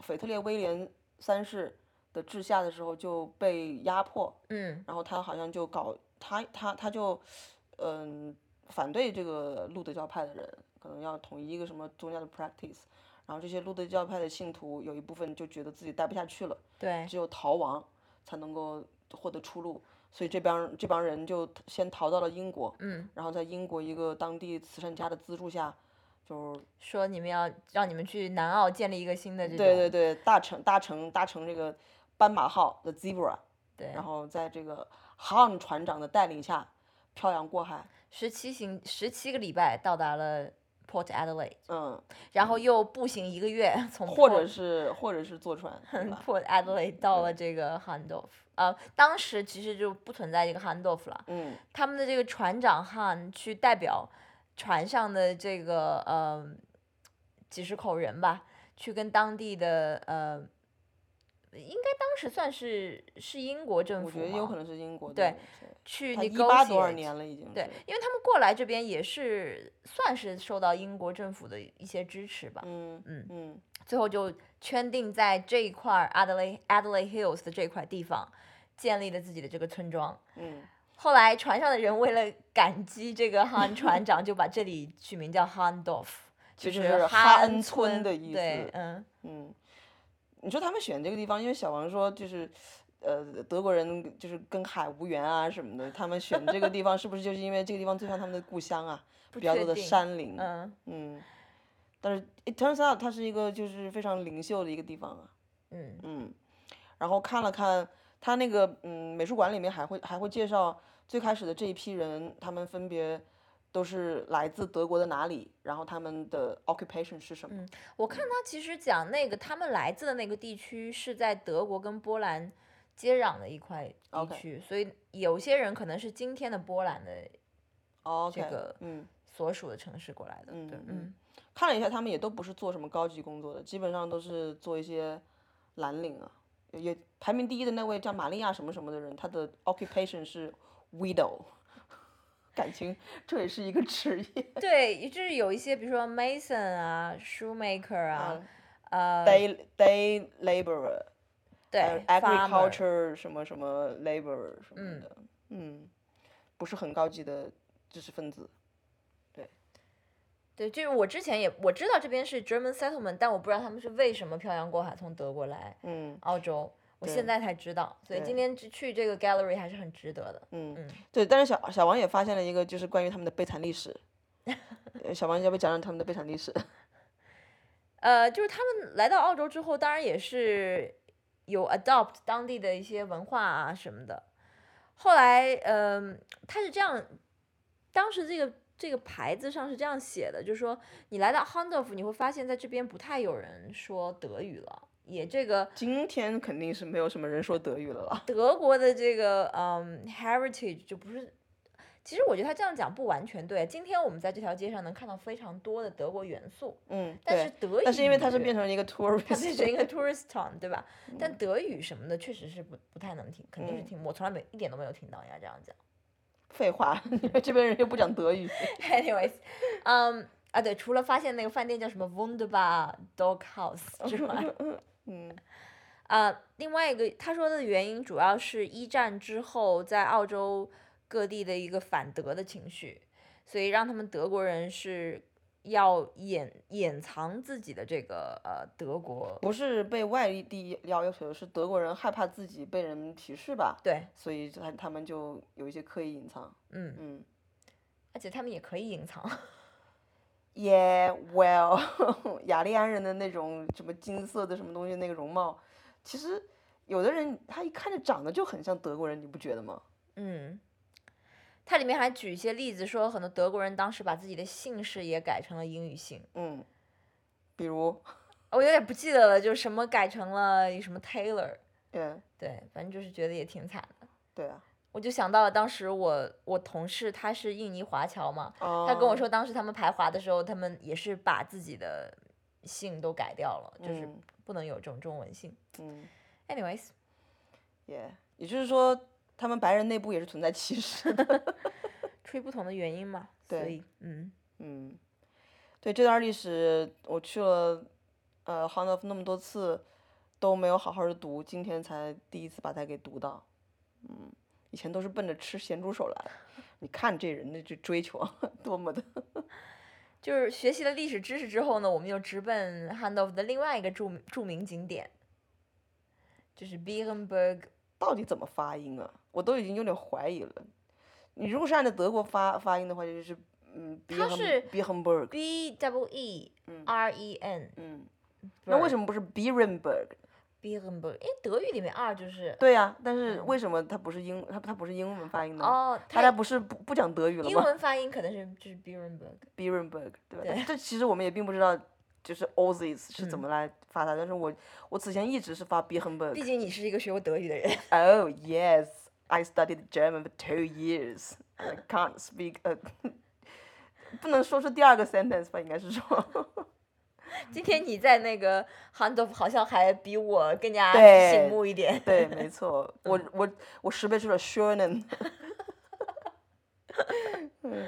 B: 腓特烈威廉三世的治下的时候就被压迫，
A: 嗯，
B: 然后他好像就搞他他他就嗯反对这个路德教派的人，可能要统一一个什么宗教的 practice。然后这些路德教派的信徒有一部分就觉得自己待不下去了，
A: 对，
B: 只有逃亡才能够获得出路，所以这帮这帮人就先逃到了英国，
A: 嗯，
B: 然后在英国一个当地慈善家的资助下，就是
A: 说你们要让你们去南澳建立一个新的这种，
B: 对对对，大成大成大成这个斑马号的 Zebra，
A: 对，
B: 然后在这个哈恩船长的带领下漂洋过海，
A: 十七行十七个礼拜到达了 Port Adelaide，
B: 嗯，
A: 然后又步行一个月 <laughs> 从
B: 或者
A: Port-
B: 是或者是坐船，对吧？
A: Port Adelaide 到了这个 Handorf，呃，当时其实就不存在这个 Handorf 了，
B: 嗯，
A: 他们的这个船长汉去代表船上的这个呃几十口人吧，去跟当地的呃，应该当时算是是英国政
B: 我
A: 府
B: 觉
A: 吗，
B: 得有可能是英国的
A: 啊对
B: 那些，
A: 去
B: 他一八多少
A: negotiate
B: 年了已经，
A: 对，，因为他们过来这边也是算是受到英国政府的一些支持吧，
B: 嗯
A: 嗯
B: 嗯
A: 最后就圈定在这一块儿 Adelaide Adelaide Hills 的这块地方，建立了自己的这个村庄。
B: 嗯，
A: 后来船上的人为了感激这
B: <laughs>
A: 个汉船长，就把这里取名叫 Handorf，就
B: 其实
A: 是
B: 是
A: 哈
B: 哈恩
A: 恩
B: 村
A: 村
B: 的意
A: 对
B: 思，
A: 嗯，
B: 嗯，你说他们选这个地方，因为小王说就是。呃，德国人就是跟海无缘啊什么的，他们选这个地方是不是就是因为这个地方最像他们的故乡啊？
A: 不
B: 比较
A: 确
B: 多的
A: 定
B: 山林，
A: 嗯
B: 嗯，但是 it turns out 它是一个就是非常灵秀的一个地方啊，
A: 嗯，
B: 嗯，然后看了看他那个嗯美术馆里面还会还会介绍最开始的这一批人，他们分别都是来自德国的哪里，然后他们的 occupation 是什么，
A: 我看
B: 嗯
A: 他其实讲那个他们来自的那个地区是在德国跟波兰接壤的一块地
B: OK
A: 区所以有些人可能是今天的波兰的
B: 哦，
A: 这个
B: 嗯，
A: 所属的城市过来的，对
B: 嗯，
A: 嗯
B: 嗯看了一下，他们也都不是做什么高级工作的，基本上都是做一些蓝领啊，也排名第一的那位叫玛利亚什么什么的人，他的 occupation 是 widow，感情这也是一个职业
A: 嗯对，就是有一些，比如说 mason 啊，shoemaker 啊，呃，
B: ，day day laborer，
A: 对 farmer
B: 呃 agriculture 什么什么 labor 什么
A: 嗯
B: 的，嗯不是很高级的知识分子。
A: 对，就是我之前也我知道这边是 German settlement，但我不知道他们是为什么漂洋过海从德国来
B: 嗯
A: 澳洲，我现
B: 对
A: 在才知道，所以今
B: 对
A: 天去去这个 gallery 还是很值得的。
B: 嗯，
A: 嗯，
B: 对。但是小小王也发现了一个，就是关于他们的悲惨历 <laughs> 史。呃小王，要不讲讲他们的悲惨历史？ <laughs>
A: 呃，就是他们来到澳洲之后，当然也是有 adopt 当地的一些文化啊什么的。后来，嗯、他是这样，当时这个这个牌子上是这样写的，就是说你来到 Hondorf，你会发现在这边不太有人说德语了，也这个
B: 今天肯定是没有什么人说德语了啦。
A: 德国的这个嗯 heritage 就不是。其实我觉得他这样讲不完全对。今天我们在这条街上能看到非常多的德国元素，
B: <laughs> 嗯，
A: 但是
B: 对
A: 德语，
B: 但是因为它是变成了一个 <laughs>
A: 它
B: tourist，
A: 变成一个 tourist town，对吧？但德语什么的确实是不不太能听，肯定是
B: 嗯
A: 听，我从来没一点都没有听到人家这样讲。
B: 废话， <laughs> 因为这边人又不讲德语。
A: <laughs>
B: <laughs>
A: Anyways，嗯、啊对，除了发现那个饭店叫什么 Wunderbar Dog House 之外，
B: <laughs> 嗯
A: 啊，另外一个他说的原因主要是一战之后在澳洲各地的一个反德的情绪，所以让他们德国人是要掩掩藏自己的这个呃德国，
B: 不是被外地要要求，是德国人害怕自己被人歧视吧，
A: 对，
B: 所以他他们就有一些刻意隐藏。
A: 嗯，
B: 嗯，
A: 而且他们也可以隐藏。
B: Yeah, well，雅 <laughs> 利安人的那种什么金色的什么东西那个容貌，其实有的人他一看着长得就很像德国人，你不觉得吗？
A: 嗯，它里面还举一些例子，说很多德国人当时把自己的姓氏也改成了英语姓，
B: 嗯，比如，
A: 我有点不记得了，就什么改成了什么 Taylor，
B: 嗯，
A: 对，反正就是觉得也挺惨的。
B: 对啊，
A: 我就想到了当时我我同事他是印尼华侨嘛，他
B: 他
A: 跟我，说当时他们排华的时候，他们也是把自己的姓都改掉了，就是
B: 嗯
A: 不能有这种中文姓。
B: 嗯
A: Anyways，
B: ，Yeah，也就是说，他们白人内部也是存在歧视的。
A: 出于不同的原因嘛，所
B: 对
A: 以嗯
B: 嗯，对这段历史，我去了呃 h a n o 那么多次，都没有好好的读，今天才第一次把它给读到。嗯，以前都是奔着吃咸猪手来的。你看这人的这追求啊， <laughs> 多么的
A: 就是学习了历史知识之后呢，我们又直奔 Handoff 的另外一个著名著名景点，就是 b i r e n b e r g
B: 到底怎么发音啊？我都已经有点怀疑了。你如果是按照德国发发音的话，就是嗯，比
A: 它
B: 亨
A: 是
B: 比亨伯格，
A: B W E
B: 嗯
A: R E N，
B: 嗯，那为什么不是 Berenberg？
A: b i r e n b e r g 因为德语里面 R 就是
B: 对呀、但是
A: 嗯
B: 为什么它不是英它它不是英文发音呢？
A: 哦，
B: 大
A: 它
B: 家不是不不讲德语了
A: 英
B: 吗？
A: 文发音可能是就是 b i r e n b e r g
B: Berenberg，对吧？
A: 对
B: 但这其实我们也并不知道，就是 Aussies 是怎
A: 嗯
B: 么来发它，但是我我此前一直是发
A: 毕
B: Berenberg。
A: 竟你是一个学过德语的人。 <laughs>
B: Oh yes, I studied German for two years. I can't speak a <laughs> 不能说出第二个 sentence 吧，应该是说， <laughs>
A: 今天你在那个 Handoff 好像还比我更加
B: 对
A: 醒目一点。
B: 对，没错， <laughs> 我我我识别出了 Sherman。嗯，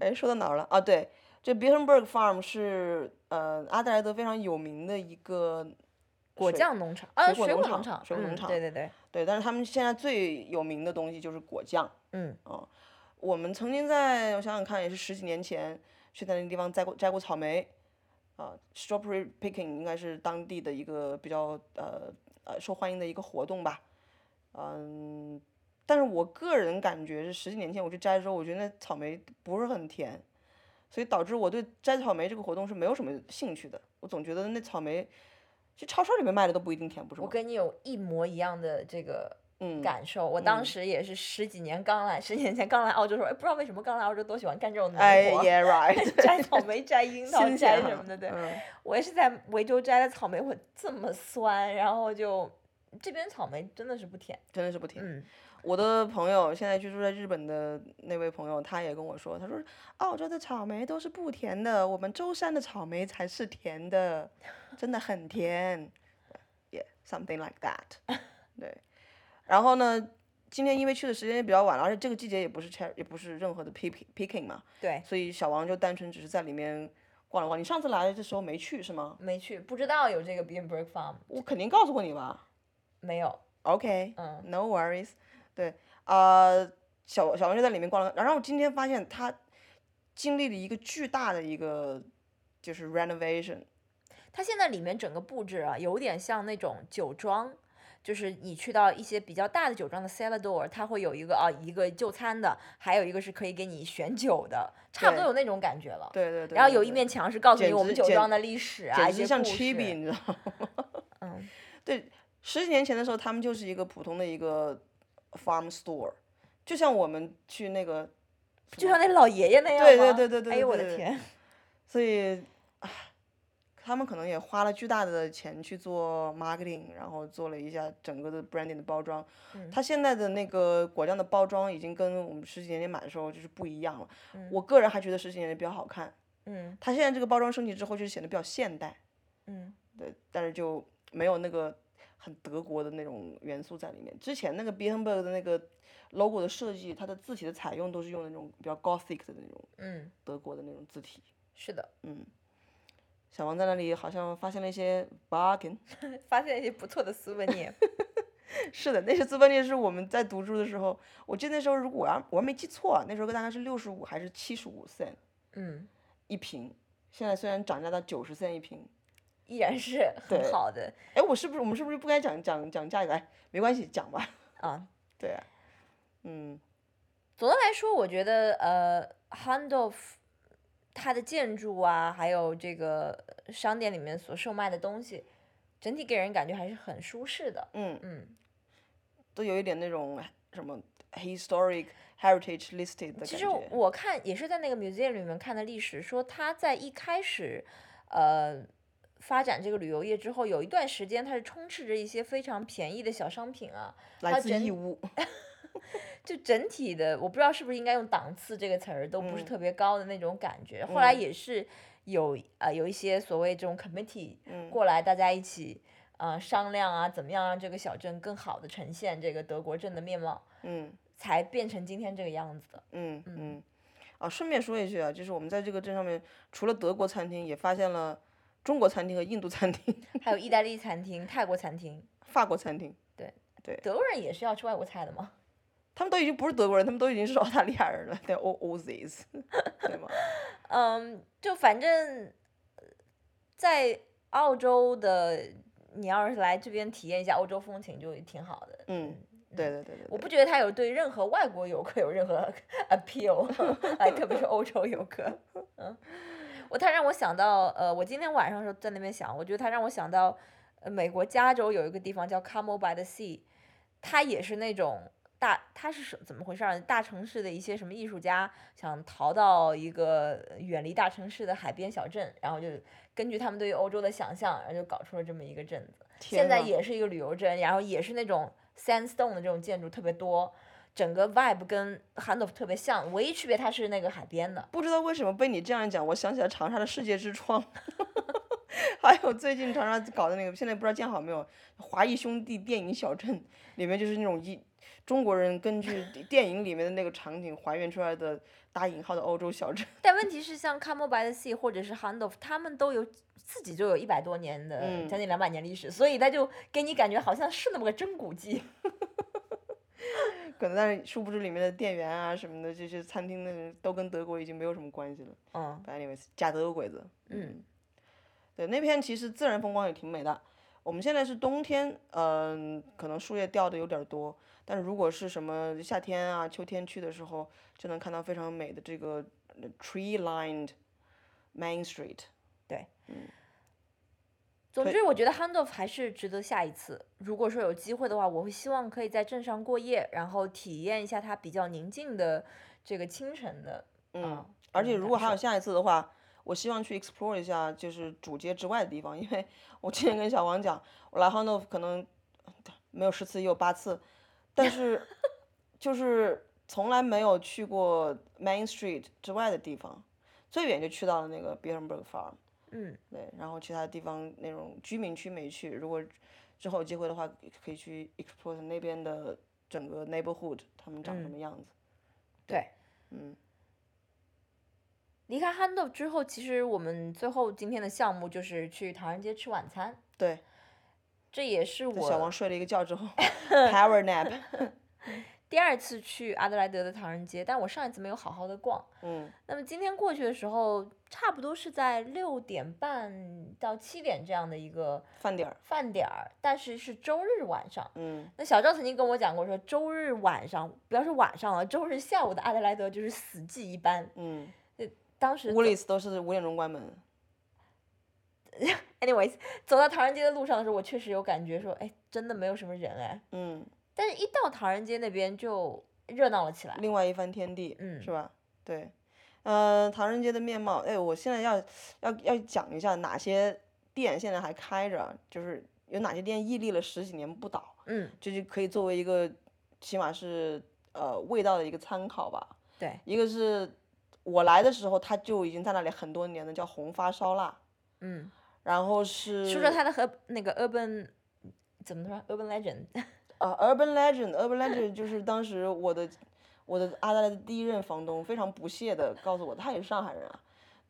B: 哎，说到哪儿了？啊，对，这 Berenberg Farm 是呃阿德莱德非常有名的一个
A: 果
B: 水
A: 酱农场啊，
B: 水果
A: 水
B: 农
A: 果农
B: 场
A: 场，
B: 水果农
A: 嗯
B: 场
A: 对对对，
B: 对，但是他们现在最有名的东西就是果酱。
A: 嗯
B: 我们曾经在我想想看，也是十几年前去在那个地方摘过摘过草莓，啊，strawberry picking 应该是当地的一个比较呃呃受欢迎的一个活动吧，嗯，但是我个人感觉是十几年前我去摘的时候，我觉得那草莓不是很甜，所以导致我对摘草莓这个活动是没有什么兴趣的。我总觉得那草莓，其实超市里面卖的都不一定甜，不是
A: 我
B: 吗？
A: 跟你有一模一样的这个
B: 嗯，
A: 感受。我当
B: 嗯
A: 时也是十几年刚来，十几年前刚来澳洲的时候，哎，不知道为什么刚来澳洲都喜欢干这种农活，
B: 哎，yeah right，
A: <laughs> 摘草莓、摘
B: <laughs>
A: 樱桃、
B: 新
A: 摘
B: 鲜
A: 什
B: 哈
A: 么的。对，
B: 嗯
A: 我也是在维州摘的草莓，我这么酸，然后就这边草莓真的是不甜。
B: 真的是不甜。
A: 嗯，
B: 我的朋友现在居住在日本的那位朋友，他也跟我说，他说澳洲的草莓都是不甜的，我们舟山的草莓才是甜的，真的很甜。Yeah，something like
A: <laughs>
B: that 。对，然后呢，今天因为去的时间也比较晚了，而且这个季节也不是 cherry，也不是任何的 picking picking 嘛，
A: 对，
B: 所以小王就单纯只是在里面逛了逛。你上次来的时候没去是吗？
A: 没去，不知道有这个 b e a n b e r g Farm，
B: 我肯定告诉过你吧。
A: 没有。
B: OK，
A: 嗯
B: ，No worries，对，呃，小小王就在里面逛了，然后我今天发现他经历了一个巨大的一个就是 renovation，
A: 它现在里面整个布置啊，有点像那种酒庄，就是你去到一些比较大的酒庄的 cellar door，它会有一个啊一个就餐的，还有一个是可以给你选酒的，差不多
B: 对
A: 有那种感觉了。
B: 对对对，
A: 然后
B: 对
A: 有一
B: 对
A: 面墙是告诉
B: 简
A: 你我们
B: 直
A: 酒
B: 简
A: 庄的历史啊，
B: 简
A: 一
B: 直
A: 些
B: 像
A: 故事
B: chibi，你知道吗？
A: <laughs> 嗯，
B: 对，十几年前的时候，他们就是一个普通的一个 farm store，就像我们去那个，
A: 就像那老爷爷那样吗。
B: 对对对对对
A: 哎呦我
B: 对
A: 的
B: 对
A: 天！
B: 所以，唉，他们可能也花了巨大的钱去做 marketing，然后做了一下整个的 branding 的包装。
A: 嗯
B: 它现在的那个果酱的包装已经跟我们十几年前买的时候就是不一样了。
A: 嗯
B: 我个人还觉得十几年前比较好看。
A: 嗯
B: 它现在这个包装升级之后，就是显得比较现代，
A: 嗯
B: 对，但是就没有那个很德国的那种元素在里面。之前那个 b e h e n b e r g 的那个 logo 的设计，它的字体的采用都是用那种比较 Gothic 的那种
A: 嗯，
B: 德国的那种字体。
A: 是的，
B: 嗯，小王在那里好像发现了一些 bargain。
A: 发现一些不错的 souvenir。
B: <laughs> 是的，那些资本利是我们在读书的时候，我记得那时候如果我要我要没记错啊，那时候大概是六十五还是七十五 cent
A: 嗯，
B: 一瓶，现在虽然涨价到九十 cent 一瓶。
A: 依然是很
B: 对
A: 好的
B: 哎，我是不是我们是不是不该讲讲讲价格？哎，没关系，讲吧。
A: 啊。
B: 对啊，嗯，
A: 总的来说，我觉得呃，Handoff 它的建筑啊，还有这个呃商店里面所售卖的东西，整体给人感觉还是很舒适的。
B: 嗯，
A: 嗯，
B: 都有一点那种什么 historic heritage listed 的感觉。
A: 其实我看也是在那个 museum 里面看的历史，说它在一开始，呃，发展这个旅游业之后，有一段时间它是充斥着一些非常便宜的小商品啊，
B: 来
A: 它
B: 自
A: 整
B: 义乌，
A: 就整体的，我不知道是不是应该用档次这个词儿，都不是
B: 嗯
A: 特别高的那种感觉。后来
B: 嗯
A: 也是有呃有一些所谓这种 committee
B: 嗯
A: 过来，大家一起呃商量啊，怎么样让这个小镇更好的呈现这个德国镇的面貌，
B: 嗯
A: 才变成今天这个样子的。
B: 嗯嗯。啊，顺便说一句啊，就是我们在这个镇上面，除了德国餐厅，也发现了中国餐厅和印度餐厅、 <laughs>
A: 还有意大利餐厅、泰国餐厅，
B: 法国餐厅。
A: 德国人也是要吃外国菜的吗？ <laughs>
B: 他们都已经不是德国人，他们都已经是澳大利亚人了， <laughs> 对 O Aussies，对吗？
A: 嗯，就反正呃在澳洲的，你要是来这边体验一下欧洲风情，就挺好的。
B: 嗯，对对对对
A: 我
B: 对。
A: 不觉得他有对任何外国游客有任何 <laughs> appeal，哎，特别是欧洲游客。嗯，我他让我想到，呃，我今天晚上的时候在那边想，我觉得他让我想到，呃，美国加州有一个地方叫 Carmel by the Sea，它也是那种大，它是什怎么回事儿？啊大城市的一些什么艺术家想逃到一个呃远离大城市的海边小镇，然后就根据他们对于欧洲的想象，然后就搞出了这么一个镇子。现
B: 天
A: 在
B: 呐
A: 也是一个旅游镇，然后也是那种 sandstone 的这种建筑特别多，整个 vibe 跟 Handoff 特别像，唯一区别它是那个海边的。
B: 不知道为什么被你这样一讲，我想起来长沙的世界之窗， <laughs> 还有最近长沙搞的那个，现在不知道建好没有，华谊兄弟电影小镇里面就是那种一中国人根据电影里面的那个场景还原出来的打引号的欧洲小镇。
A: 但问题是，像 Come by the Sea 或者是 Handoff，他们都有自己就有一百多年的，
B: 嗯
A: 将近两百年历史，所以他就给你感觉好像是那么个真古迹。
B: 可能但是殊不知里面的店员啊什么的，这些餐厅的人都跟德国已经没有什么关系了。
A: 嗯，
B: 反正 anyways，假德国鬼子。
A: 嗯，
B: 对，那片其实自然风光也挺美的。我们现在是冬天，嗯、可能树叶掉的有点儿多，但是如果是什么夏天啊、秋天去的时候，就能看到非常美的这个 tree lined Main Street。
A: 总之我觉得 Handoff 还是值得下一次。如果说有机会的话，我会希望可以在镇上过夜，然后体验一下它比较宁静的这个清晨的。
B: 嗯
A: 啊，
B: 而
A: 这
B: 且
A: 种
B: 如果
A: 感
B: 还有
A: 受
B: 下一次的话，我希望去 explore 一下就是主街之外的地方，因为我之前跟小王讲，我来 Hondo 可能没有十次也有八次，但是
A: <laughs>
B: 就是从来没有去过 Main Street 之外的地方，最远就去到了那个 b i e r n b e r g Farm，
A: 嗯，
B: 对，然后其他地方那种居民区没去，如果之后有机会的话，可以去 explore 那边的整个 neighborhood，他们长什
A: 嗯
B: 么样子，
A: 对，
B: 嗯
A: 离开 Handoff 之后，其实我们最后今天的项目就是去唐人街吃晚餐，
B: 对。
A: 这也是
B: 在小王
A: 我
B: 睡了一个觉之后，power nap，
A: 第二次去阿德莱德的唐人街，但我上一次没有好好的逛。
B: 嗯
A: 那么今天过去的时候，差不多是在六点半到七点这样的一个
B: 饭点儿，
A: 饭点儿，但是是周日晚上。
B: 嗯，
A: 那小赵曾经跟我讲过说，周日晚上不要说晚上了，周日下午的阿德莱德就是死寂一般。
B: 嗯，
A: 当时
B: 屋
A: 走 <laughs>
B: 里都是五点钟关门，
A: anyways，走到唐人街的路上的时候，我确实有感觉说，哎，真的没有什么人哎。
B: 嗯，
A: 但是，一到唐人街那边就热闹了起来。
B: 另外一番天地，
A: 嗯
B: 是吧？对，呃，唐人街的面貌，哎，我现在要要要讲一下哪些店现在还开着，就是有哪些店屹立了十几年不倒，
A: 嗯，
B: 这就可以作为一个起码是呃味道的一个参考吧。
A: 对，
B: 一个是我来的时候，它就已经在那里很多年了，叫红发烧腊，
A: 嗯，
B: 然后是
A: 说说它的和那个 urban 怎么说 urban legend，
B: 啊，Urban Legend，Urban Legend 就是当时我的我的阿德莱的第一任房东非常不屑的告诉我，他也是上海人啊，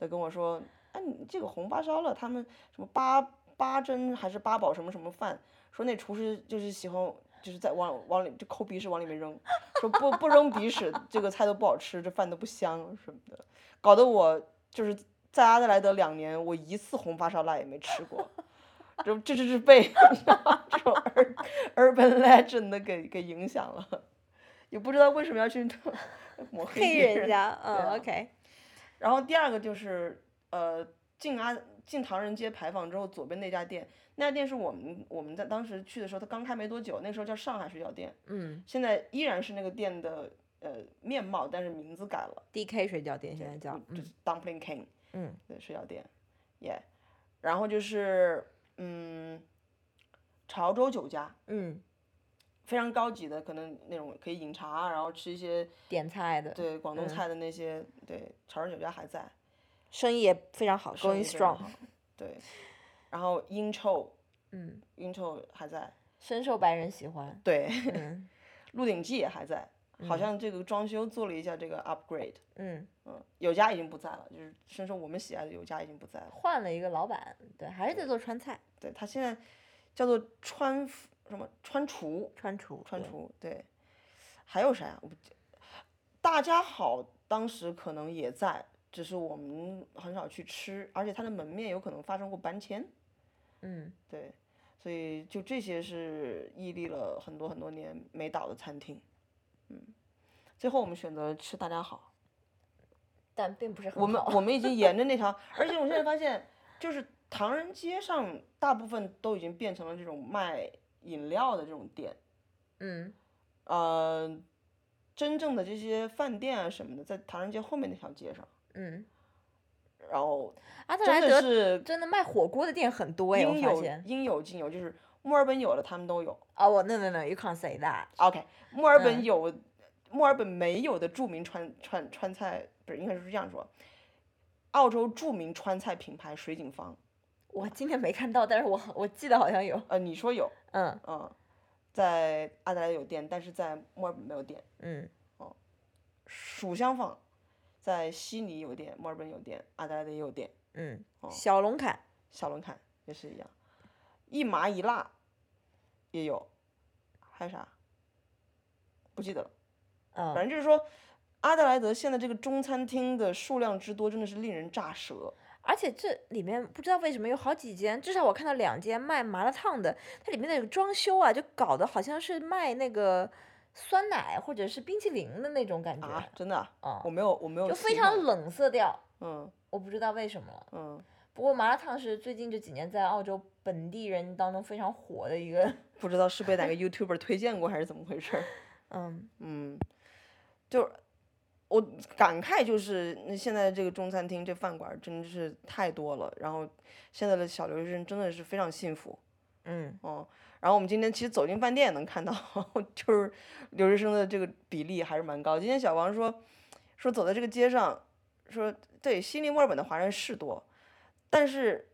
B: 他跟我说，哎，你这个红八烧了，他们什么八八珍还是八宝什么什么饭，说那厨师就是喜欢就是在往往里就抠鼻屎往里面扔，说不不扔鼻屎，这个菜都不好吃，这饭都不香什么的，搞得我就是在阿德莱德两年，我一次红发烧腊也没吃过。这这这是被 <laughs> 这种 ur- urban legend 的给给影响了，也不知道为什么要去 <laughs> 抹黑
A: 黑
B: 别
A: 人 <laughs>
B: 人
A: 家。嗯、
B: 啊
A: o k
B: 然后第二个就是呃，进阿进唐人街牌坊之后，左边那家店，那家店是我们我们在当时去的时候，它刚开没多久，那时候叫上海水饺店，
A: 嗯
B: 现在依然是那个店的呃面貌，但是名字改了。
A: ，DK 水饺店现在叫，
B: 就
A: 嗯
B: 是 Dumpling King，
A: 嗯，
B: 对，水饺店，yeah，然后就是嗯，潮州酒家，
A: 嗯，
B: 非常高级的，可能那种可以饮茶，啊然后吃一些
A: 点菜的，
B: 对广
A: 嗯
B: 东菜的那些，对，潮州酒家还在
A: 生意也非常好
B: 生意
A: ，going
B: 非常
A: strong，
B: 好对，然后英臭，
A: 嗯，
B: 英臭还在，
A: 深受白人喜
B: <laughs>
A: 欢，
B: 对，
A: 嗯
B: 鹿鼎记也还在，好像这个装修做了一下这个 upgrade，
A: 嗯，
B: 嗯，有家已经不在了，就是深受我们喜爱的有家已经不在了。
A: 换了一个老板，对，还是在做川菜，
B: 对，他现在叫做川服什么川厨，
A: 川厨，
B: 川
A: 对，
B: 厨对，还有谁啊？我不记，大家好，当时可能也在，只是我们很少去吃，而且它的门面有可能发生过搬迁，
A: 嗯
B: 对，所以就这些是屹立了很多很多年没倒的餐厅，嗯，最后我们选择吃大家好，
A: 但并不是很
B: <laughs> 我们
A: 好
B: 我们已经沿着那条，而且我现在发现，就是唐人街上大部分都已经变成了这种卖饮料的这种店，
A: 嗯
B: 呃，真正的这些饭店啊什么的，在唐人街后面那条街上，
A: 嗯，
B: 然后
A: 阿特
B: 真
A: 莱
B: 的
A: 德
B: 是
A: 真的卖火锅的店很多哎，我
B: 应
A: 发
B: 有
A: 现，
B: 应有尽有，就是墨尔本有的他们都有
A: 啊，我 no no no，you can't say that，
B: ，OK，墨尔本
A: 嗯
B: 有，墨尔本没有的著名川川川菜，不是应该是这样说，澳洲著名川菜品牌水井坊，
A: 我今天没看到，但是我我记得好像有，
B: 呃，你说有。
A: 嗯
B: 嗯，在阿德莱德有店，但是在墨尔本没有店。
A: 嗯
B: 蜀香坊在悉尼有店，墨尔本有店，阿德莱德也有店。
A: 嗯
B: 哦，
A: 小龙坎，
B: 小龙坎也是一样，一麻一辣也有，还有啥？不记得了。
A: 嗯，
B: 反正就是说，阿德莱德现在这个中餐厅的数量之多，真的是令人咋舌。
A: 而且这里面不知道为什么有好几间，至少我看到两间卖麻辣烫的，它里面那个装修啊，就搞得好像是卖那个酸奶或者是冰淇淋的那种感觉，
B: 啊，真的啊、我
A: 嗯，
B: 没有，我没有
A: 就
B: 细
A: 非常
B: 看。
A: 冷色调，
B: 嗯
A: 我不知道为什么了。
B: 嗯，
A: 不过麻辣烫是最近这几年在澳洲本地人当中非常火的一个， <laughs>
B: 不知道是被哪个 YouTuber 推荐过还是怎么回事儿。
A: 嗯
B: 嗯，就是我感慨就是那现在这个中餐厅这饭馆儿真是太多了，然后现在的小留学生真的是非常幸福
A: 嗯
B: 哦。然后我们今天其实走进饭店也能看到， <laughs> 就是留学生的这个比例还是蛮高。今天小王说说走在这个街上，说对悉尼、墨尔本的华人是多，但是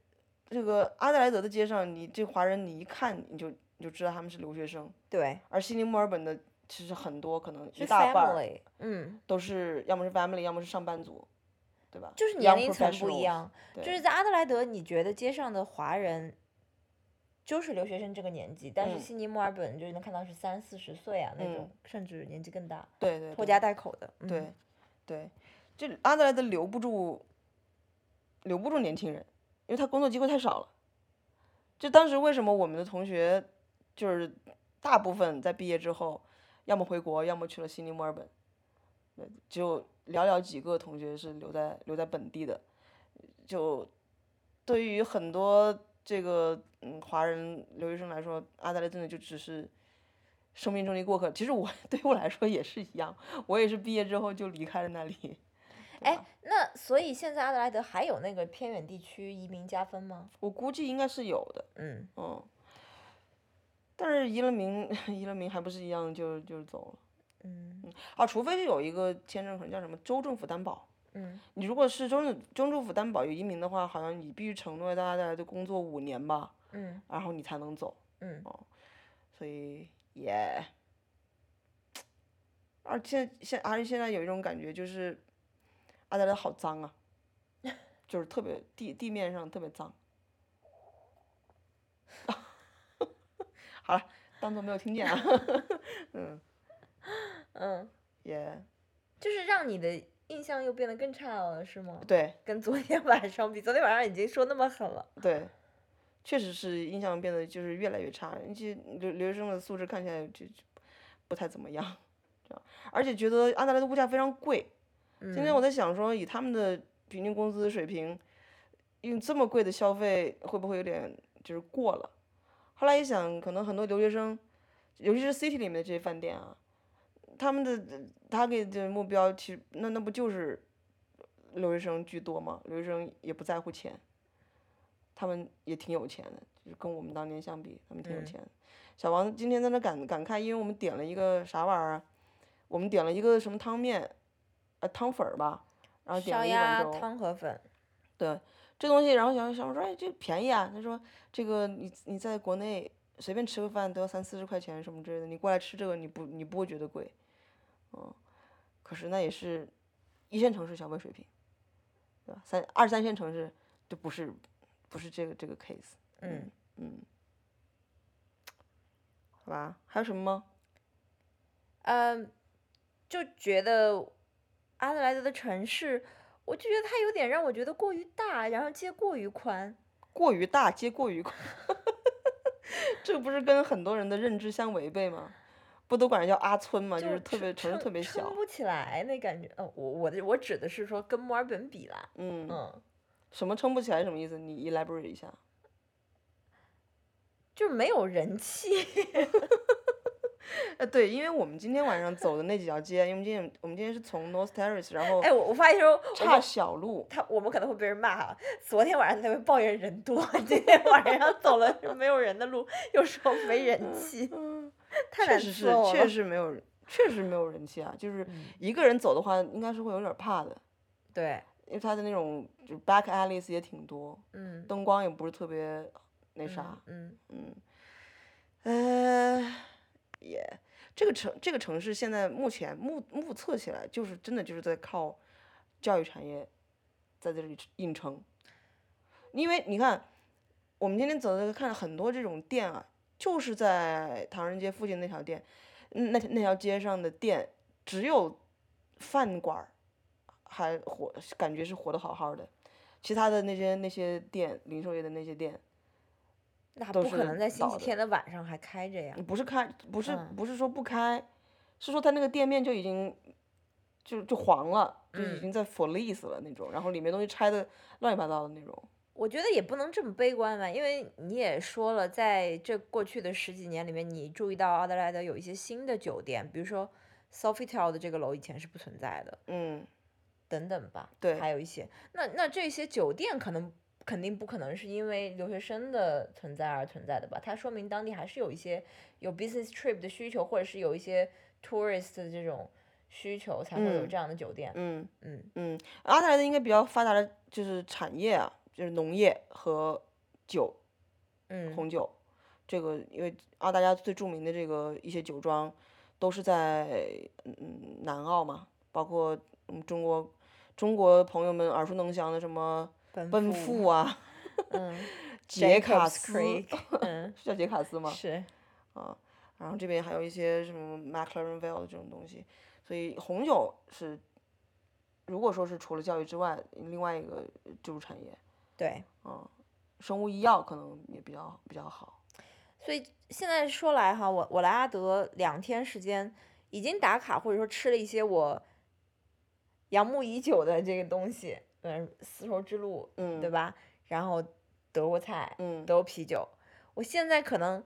B: 这个阿德莱德的街上，你这华人你一看你就你就知道他们是留学生，
A: 对，
B: 而悉尼、墨尔本的其实很多可能一
A: 是
B: 大半儿
A: family，嗯。
B: 都是要么是 family，要么是上班族，对吧？
A: 就是
B: Young
A: 年龄层不
B: professionals
A: 一。样，就
B: 对
A: 是在阿德莱德，你觉得街上的华人就是留学生这个年纪，但是
B: 嗯
A: 悉尼、墨尔本就能看到是三四十岁啊那
B: 嗯
A: 种，甚至年纪更大，
B: 对对
A: 拖
B: 对
A: 家带口的。嗯
B: 对，对，就阿德莱德留不住，留不住年轻人，因为他工作机会太少了。就当时为什么我们的同学，就是大部分在毕业之后，要么回国，要么去了悉尼、墨尔本，对，就寥寥几个同学是留在留在本地的。就对于很多这个嗯华人留学生来说，阿德莱真的就只是生命中的过客。其实我 <laughs> 对于我来说也是一样，我也是毕业之后就离开了那里。 <laughs>
A: 哎，
B: 啊
A: 那所以现在阿德莱德还有那个偏远地区移民加分吗？
B: 我估计应该是有的，
A: 嗯，
B: 嗯。但是移了 <laughs> 民，移了民还不是一样就就走
A: 嗯
B: 了啊？除非是有一个签证，可能叫什么州政府担保。
A: 嗯，
B: 你如果是州政州政府担保有移民的话，好像你必须承诺在阿德莱德工作五年吧，
A: 嗯
B: 然后你才能走。
A: 嗯
B: 所以也，而且现而且现在有一种感觉就是，阿德莱德好脏啊，就是特别地地面上特别脏。 <laughs> 好了，当做没有听见啊， <laughs> 嗯，
A: 嗯，
B: 也
A: 就是让你的印象又变得更差了，是吗？
B: 对
A: 跟昨天晚上比，昨天晚上已经说那么狠了。
B: 对，确实是印象变得就是越来越差，而且留留学生的素质看起来就就不太怎么样，这样，而且觉得阿德莱德物价非常贵，今天
A: 嗯
B: 我在想说，以他们的平均工资水平，用这么贵的消费会不会有点就是过了？后来一想，可能很多留学生，尤其是 city 里面的这些饭店啊，他们的 target 的目标其实那那不就是留学生居多吗？留学生也不在乎钱，他们也挺有钱的，就是跟我们当年相比，他们挺有
A: 嗯
B: 钱的。小王今天在那感感慨，因为我们点了一个啥玩意儿啊？我们点了一个什么汤面，呃，汤粉儿吧，然后点
A: 烧
B: 了一碗
A: 鸭
B: 粥。
A: 汤和粉，
B: 这东西，然后小小王说，哎，这便宜啊。他说，这个你你在国内随便吃个饭都要三四十块钱什么之类的，你过来吃这个，你不你不会觉得贵，嗯，可是那也是一线城市消费水平，对吧？三二三线城市就不是不是这个这个 case，
A: 嗯，
B: 嗯，好吧，还有什么吗？
A: 嗯，就觉得阿德莱德的城市，我就觉得它有点让我觉得过于大，然后街过于宽。
B: 过于大，皆过于宽， <laughs> 这不是跟很多人的认知相违背吗？不都管人叫阿村吗？就是特
A: 撑
B: 别城市
A: 撑
B: 特别
A: 撑
B: 小，
A: 不起来那感觉。嗯，我我的我指的是说跟墨尔本比啦，
B: 嗯，
A: 嗯，
B: 什么撑不起来什么意思？你 elaborate 一下。
A: 就是没有人气。 <laughs>
B: 呃，对，因为我们今天晚上走的那几条街，因为我们今天我们今天是从 North Terrace，然后
A: 哎，我我发现说，我
B: 岔
A: 们
B: 小 <laughs> 路，
A: 他我们可能会被人骂哈。昨天晚上在那边抱怨人多，今天晚上走了是没有人的路，又说没人气，
B: 嗯，
A: 太
B: 确
A: 难伺
B: 实是，
A: 候
B: 确
A: 了。
B: 实没有人，确实没有人气啊。就是
A: 嗯
B: 一个人走的话，应该是会有点怕的，
A: 对，
B: 因为它的那种就是 back alleys 也挺多，
A: 嗯，
B: 灯光也不是特别那啥。
A: 嗯，
B: 嗯，呃，也、这个城这个城市现在目前目目测起来，就是真的就是在靠教育产业在这里支硬撑，因为你看，我们今天走的看了很多这种店啊，就是在唐人街附近那条店，嗯那那条街上的店只有饭馆儿还活，感觉是活得好好的，其他的那些那些店，零售业的那些店。
A: 那
B: 都
A: 不可
B: 是
A: 能在星
B: 倒
A: 期
B: 的
A: 天的晚上还开着呀。
B: 不是开，不是
A: 嗯
B: 不是说不开，是说它那个店面就已经就就黄了，就已
A: 嗯
B: 经在 fleece 了那种，然后里面东西拆的乱七八糟的那种。
A: 我觉得也不能这么悲观吧，因为你也说了，在这过去的十几年里面，你注意到阿德莱德有一些新的酒店，比如说 Sofitel 的这个楼以前是不存在的，
B: 嗯，
A: 等等吧。
B: 对
A: 还有一些，那那这些酒店可能肯定不可能是因为留学生的存在而存在的吧？它说明当地还是有一些有 business trip 的需求，或者是有一些 tourist 的这种需求，才会有
B: 嗯
A: 这样的酒店。
B: 嗯
A: 嗯
B: 嗯，阿德莱德应该比较发达的就是产业啊，就是农业和酒，
A: 嗯
B: 红酒。这个因为澳大利亚最著名的这个一些酒庄都是在嗯南澳嘛，包括嗯中国中国朋友们耳熟能详的什么
A: 奔
B: 奔
A: 赴，
B: 富啊。
A: 嗯，
B: 杰卡
A: Jacobs
B: 斯
A: Creek，嗯，
B: 是叫杰卡斯吗？
A: 是，
B: 啊，然后这边还有一些什么 McLaren Vale 这种东西，所以红酒是，如果说是除了教育之外，另外一个支柱产业，
A: 对。
B: 啊，生物医药可能也比较比较好，
A: 所以现在说来哈，我我来阿德两天时间，已经打卡或者说吃了一些我仰慕已久的这个东西，嗯，丝绸之路，
B: 嗯，
A: 对？吧？然后德国菜、
B: 嗯，
A: 德国啤酒，我现在可能，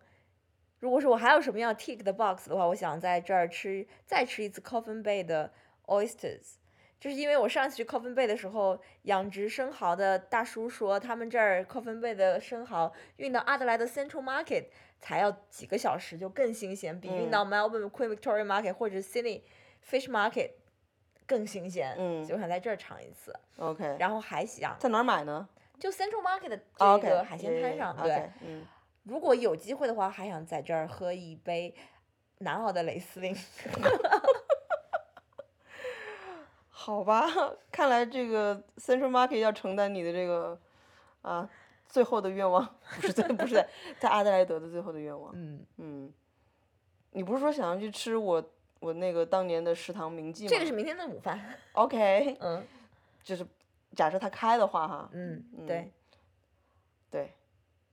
A: 如果是我还有什么要 tick 的 box 的话，我想在这儿吃再吃一次 Coffin Bay 的 oysters。就是因为我上次去 Coffin Bay 的时候，养殖生蚝的大叔说，他们这儿 Coffin Bay 的生蚝运到阿德莱德 Central Market 才要几个小时，就更新鲜，比运
B: 嗯
A: 到 Melbourne Queen Victoria Market 或者 Sydney Fish Market 更新鲜。
B: 嗯
A: 就想在这儿尝一次，
B: ，OK，
A: 然后还想
B: 在哪儿买呢
A: 就 Central Market 的这
B: 啊？OK，
A: 个海鲜摊
B: yeah，yeah，yeah，
A: 上，
B: OK，
A: 对。
B: 嗯，
A: 如果有机会的话，还想在这儿喝一杯南澳的蕾丝令。
B: <laughs> 好吧，看来这个 Central Market 要承担你的这个啊最后的愿望，不是在不是在在阿德莱德的最后的愿望。
A: 嗯，
B: 嗯，你不是说想要去吃我我那个当年的食堂名记吗？
A: 这个是明天的午饭。
B: <laughs>
A: <laughs>
B: OK， <laughs>
A: 嗯
B: 就是假设它开的话哈，
A: 嗯，
B: 嗯
A: 对，
B: 对，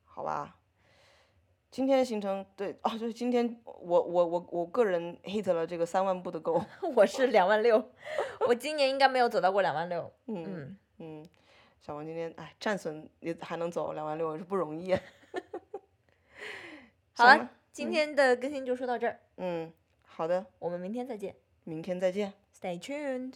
B: 好吧，今天的行程对哦，就是今天我我我我个人 hit 了这个三万步的 goal，
A: 嗯我是两万六，我今年应该没有走到过两万六。
B: 嗯
A: 嗯，
B: 嗯，小王今天哎战损也还能走两万六也是不容易。啊 <laughs>
A: 好
B: 行
A: 了
B: 吧，
A: 今天的更新就说到这儿，
B: 嗯，好的，
A: 我们明天再见
B: 明天再见。
A: ，Stay tuned。